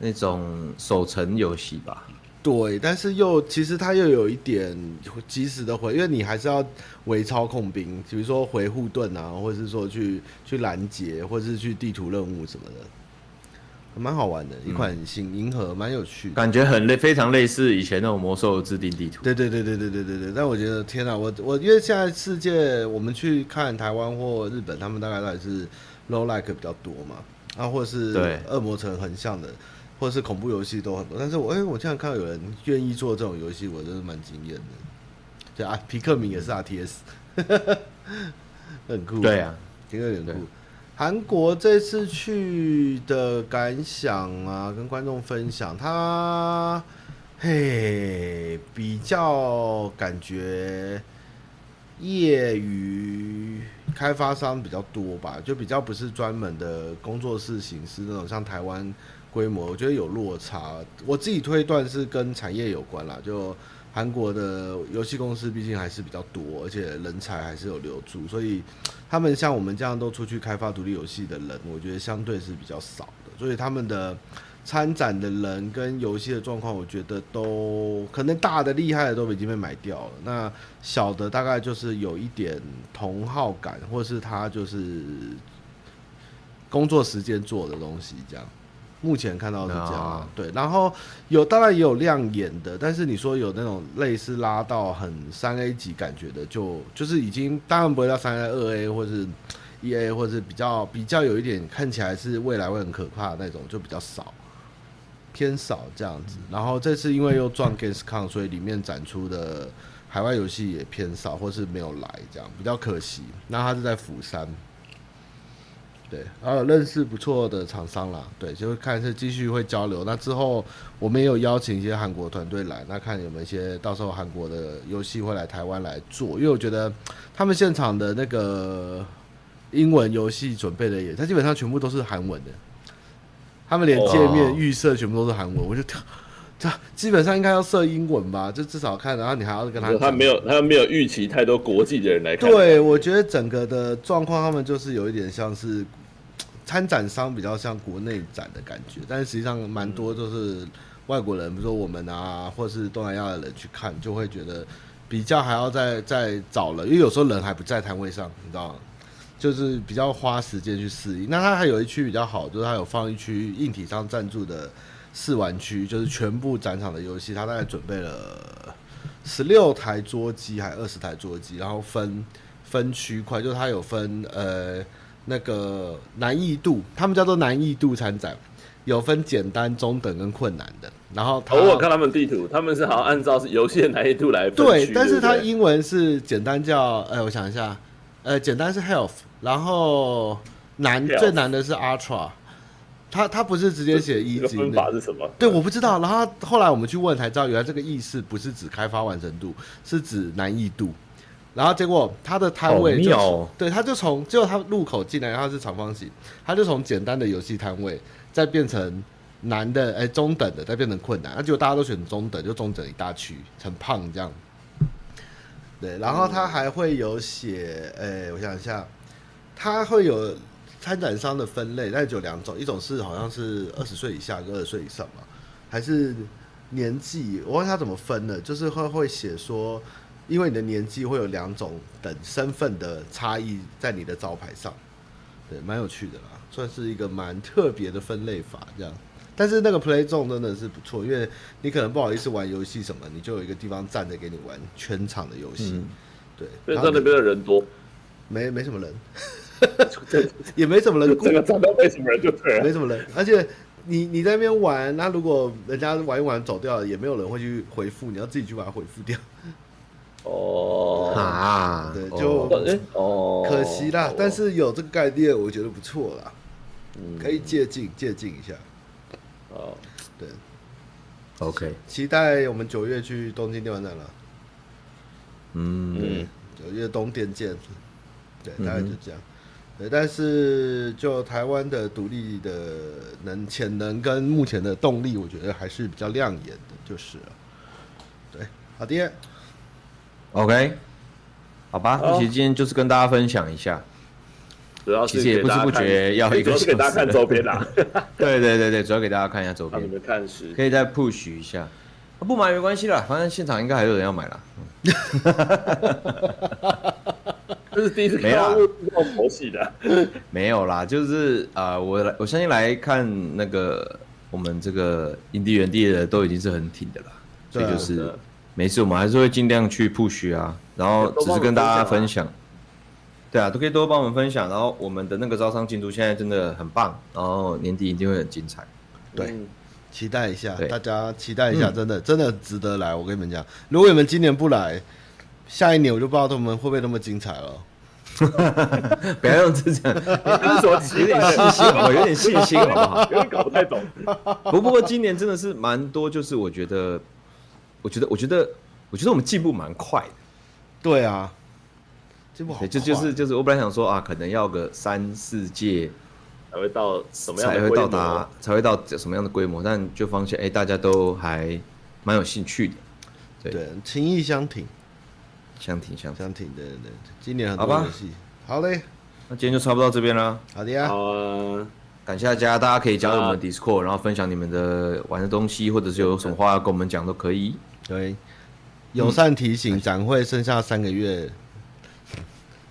Speaker 1: 那种守城游戏吧。
Speaker 2: 对，但是又其实它又有一点及时的回，因为你还是要围操控兵，比如说回护盾啊，或者是说去去拦截，或者是去地图任务什么的，蛮好玩的，一款新银河，蛮有趣的。
Speaker 1: 感觉很类，非常类似以前那种魔兽的制定地图。
Speaker 2: 对对对对对对对对，但我觉得天哪，我我因为现在世界我们去看台湾或日本，他们大概都还是 low like 比较多嘛，啊，或者
Speaker 1: 对
Speaker 2: 是恶魔城很像的，或者是恐怖游戏都很多。但是我哎、我竟然看到有人愿意做这种游戏，我真的蛮惊艳的。对啊，皮克敏也是 RTS，很酷。
Speaker 1: 对，啊，
Speaker 2: 皮克敏很
Speaker 1: 对
Speaker 2: 酷。韩国这次去的感想啊，跟观众分享，他嘿比较感觉业余开发商比较多吧，就比较不是专门的工作室形式那种，像台湾规模，我觉得有落差。我自己推断是跟产业有关啦，就韩国的游戏公司毕竟还是比较多，而且人才还是有留住，所以他们像我们这样都出去开发独立游戏的人，我觉得相对是比较少的，所以他们的。参展的人跟游戏的状况，我觉得都可能大的厉害的都已经被买掉了。那小的大概就是有一点同好感，或是他就是工作时间做的东西这样。目前看到是这样啊
Speaker 1: 啊
Speaker 2: 对。然后有当然也有亮眼的，但是你说有那种类似拉到很三 A 级感觉的就，就是已经当然不会到三 A、二 A 或是一 A，或是比较比较有一点看起来是未来会很可怕的那种，就比较少。偏少这样子。然后这次因为又撞 Gamescom，所以里面展出的海外游戏也偏少，或是没有来，这样比较可惜。那他是在釜山，对，还有认识不错的厂商啦，对，就是看是继续会交流。那之后我们也有邀请一些韩国团队来，那看有没有一些到时候韩国的游戏会来台湾来做，因为我觉得他们现场的那个。英文游戏准备的也，它基本上全部都是韩文的，他们连界
Speaker 1: 哦
Speaker 2: 面预设全部都是韩文，我就跳，这基本上应该要设英文吧，就至少看，然后你还要跟他
Speaker 3: 就
Speaker 2: 讲
Speaker 3: 他没有，他没有预期太多国际的人来看。
Speaker 2: 对，我觉得整个的状况，他们就是有一点像是嘖参展商比较像国内展的感觉，但是实际上蛮多就是外国人，比如说我们啊，或是东南亚的人去看，就会觉得比较还要再再找了，因为有时候人还不在摊位上，你知道吗？ 就是比较花时间去适应。那它还有一区比较好，就是它有放一区硬体商赞助的试玩区，就是全部展场的游戏，它大概准备了十六台桌机还二十台桌机，然后分分区块，就是它有分呃那个难易度，他们叫做难易度参展，有分简单、中等跟困难的。然后它
Speaker 3: 哦，我有看他们地图，他们是好像按照是游戏的难易度来分
Speaker 2: 对
Speaker 3: 区，
Speaker 2: 但是
Speaker 3: 不对
Speaker 2: 它英文是简单叫，呃，我想一下，呃，简单是 health，然后难
Speaker 3: 对啊
Speaker 2: 最难的是 Ultra，它它不是直接写一
Speaker 3: 这个
Speaker 2: 级
Speaker 3: 分
Speaker 2: 内
Speaker 3: 法是什么？
Speaker 2: 对，我不知道。然后后来我们去问才知道，原来这个意识不是指开发完成度，是指难易度。然后结果他的摊位就
Speaker 1: 好妙哦
Speaker 2: 对，他就从结果他入口进来，然后是长方形，他就从简单的游戏摊位再变成难的，哎，中等的，再变成困难。那、结果大家都选中等，就中等一大区，很胖这样。对，然后他还会有写，哎，我想一下，它会有参展商的分类，但只有两种，一种是好像是二十岁以下跟二十岁以上嘛，还是年纪，我忘记他怎么分的，就是会会写说，因为你的年纪会有两种等身份的差异在你的招牌上，对，蛮有趣的啦，算是一个蛮特别的分类法这样。但是那个 Play Zone 真的是不错，因为你可能不好意思玩游戏什么，你就有一个地方站着给你玩全场的游戏，
Speaker 1: 嗯
Speaker 2: 对，
Speaker 3: 因为
Speaker 2: 然
Speaker 3: 在
Speaker 2: 后
Speaker 3: 那边的人多，
Speaker 2: 没没什么人，
Speaker 3: 这
Speaker 2: 也没什么 人顾
Speaker 3: 这，个站都没什么人就对了
Speaker 2: 没。什么人，而且你你在那边玩，那如果人家玩一玩走掉了，也没有人会去回复，你要自己去把它回复掉，
Speaker 3: 哦，
Speaker 1: 啊，
Speaker 2: 对
Speaker 1: 哦
Speaker 2: 就
Speaker 3: 哎，哦，
Speaker 2: 可惜啦
Speaker 3: 哦。
Speaker 2: 但是有这个概念，我觉得不错啦，
Speaker 3: 嗯
Speaker 2: 可以借鉴借鉴一下。
Speaker 3: 哦，
Speaker 2: 对，
Speaker 1: OK，
Speaker 2: 期待我们九月去东京电玩展了，
Speaker 1: 嗯
Speaker 3: 嗯，
Speaker 2: 九月东电见。对，
Speaker 1: 嗯哼
Speaker 2: 大概就这样。对，但是就台湾的独立的能潜能跟目前的动力，我觉得还是比较亮眼的，就是了。对，好的。
Speaker 1: ，OK，好吧，
Speaker 3: 好
Speaker 1: 其实今天就是跟大家分享一下，
Speaker 3: 主要
Speaker 1: 其
Speaker 3: 是
Speaker 1: 实也
Speaker 3: 给大家
Speaker 1: 不知不觉
Speaker 3: 看
Speaker 1: 要一个
Speaker 3: 主要是给大家
Speaker 1: 小时
Speaker 3: 看周 边啦，
Speaker 1: 对对对对，主要给大家看一下周
Speaker 3: 让你
Speaker 1: 边，
Speaker 3: 们看时
Speaker 1: 可以再 push 一下，啊不买没关系啦，反正现场应该还有人要买啦。
Speaker 3: 这是第一次
Speaker 1: 没啊啦
Speaker 3: 看到这么佛系的，
Speaker 1: 没有啦，就是啊、呃我来我相信来看那个我们这个营地原地的都已经是很挺的啦，所以
Speaker 2: 对啊
Speaker 1: 就是
Speaker 3: 对啊
Speaker 1: 没事，我们还是会尽量去 push 啊，然后只是跟大家分
Speaker 3: 啊
Speaker 1: 享，对啊，都可以多帮我们分享，然后我们的那个招商进度现在真的很棒，然后年底一定会很精彩，
Speaker 2: 对
Speaker 3: 嗯
Speaker 2: 期待一下，
Speaker 1: 对
Speaker 2: 大家期待一下，
Speaker 1: 嗯
Speaker 2: 真的、真的值得来。我跟你们讲，如果你们今年不来，下一年我就不知道他们会不会那么精彩了。
Speaker 1: 不要用这种，
Speaker 3: 这是什么奇
Speaker 1: 有点信心，我有点信心哦好不好？
Speaker 3: 有点搞不太懂。
Speaker 1: 不不过今年真的是蛮多，就是我觉得，我觉得，我觉得，我觉得我们进步蛮快的。
Speaker 2: 对啊，这不好快，
Speaker 1: 对，就就是就是，我本来想说啊，可能要个三四届
Speaker 3: 才会到什么样
Speaker 1: 才
Speaker 3: 的
Speaker 1: 会
Speaker 3: 规
Speaker 1: 到
Speaker 3: 模？
Speaker 1: 达，才会到什么样的规模，但就发现哎，大家都还蛮有兴趣的，对
Speaker 2: 对，情谊相挺，
Speaker 1: 相挺相挺。
Speaker 2: 相挺，对对对，今年很
Speaker 1: 好
Speaker 2: 多
Speaker 1: 吧
Speaker 2: 游戏，好嘞，
Speaker 1: 那今天就差不多到这边啦，
Speaker 2: 好的呀，
Speaker 3: 好啊，
Speaker 1: 感谢大家，大家可以加入我
Speaker 3: 好
Speaker 1: 们的 Discord，然后分享你们的玩的东西，或者是有什么话要跟我们讲都可以。
Speaker 2: 对，友善提
Speaker 1: 嗯
Speaker 2: 醒，展会剩下三个月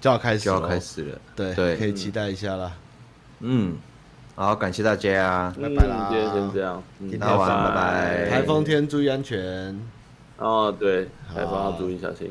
Speaker 2: 就要开始，
Speaker 1: 就要开，始了，
Speaker 2: 对，
Speaker 1: 对
Speaker 2: 可以期待一下啦。
Speaker 1: 嗯，好，感谢大家，
Speaker 2: 拜拜啦
Speaker 3: 嗯今天先这样，嗯
Speaker 2: 今天
Speaker 1: 啊晚安拜拜
Speaker 2: 台风天注意安全。
Speaker 3: 哦，对，台风要
Speaker 2: 好
Speaker 3: 注意小心。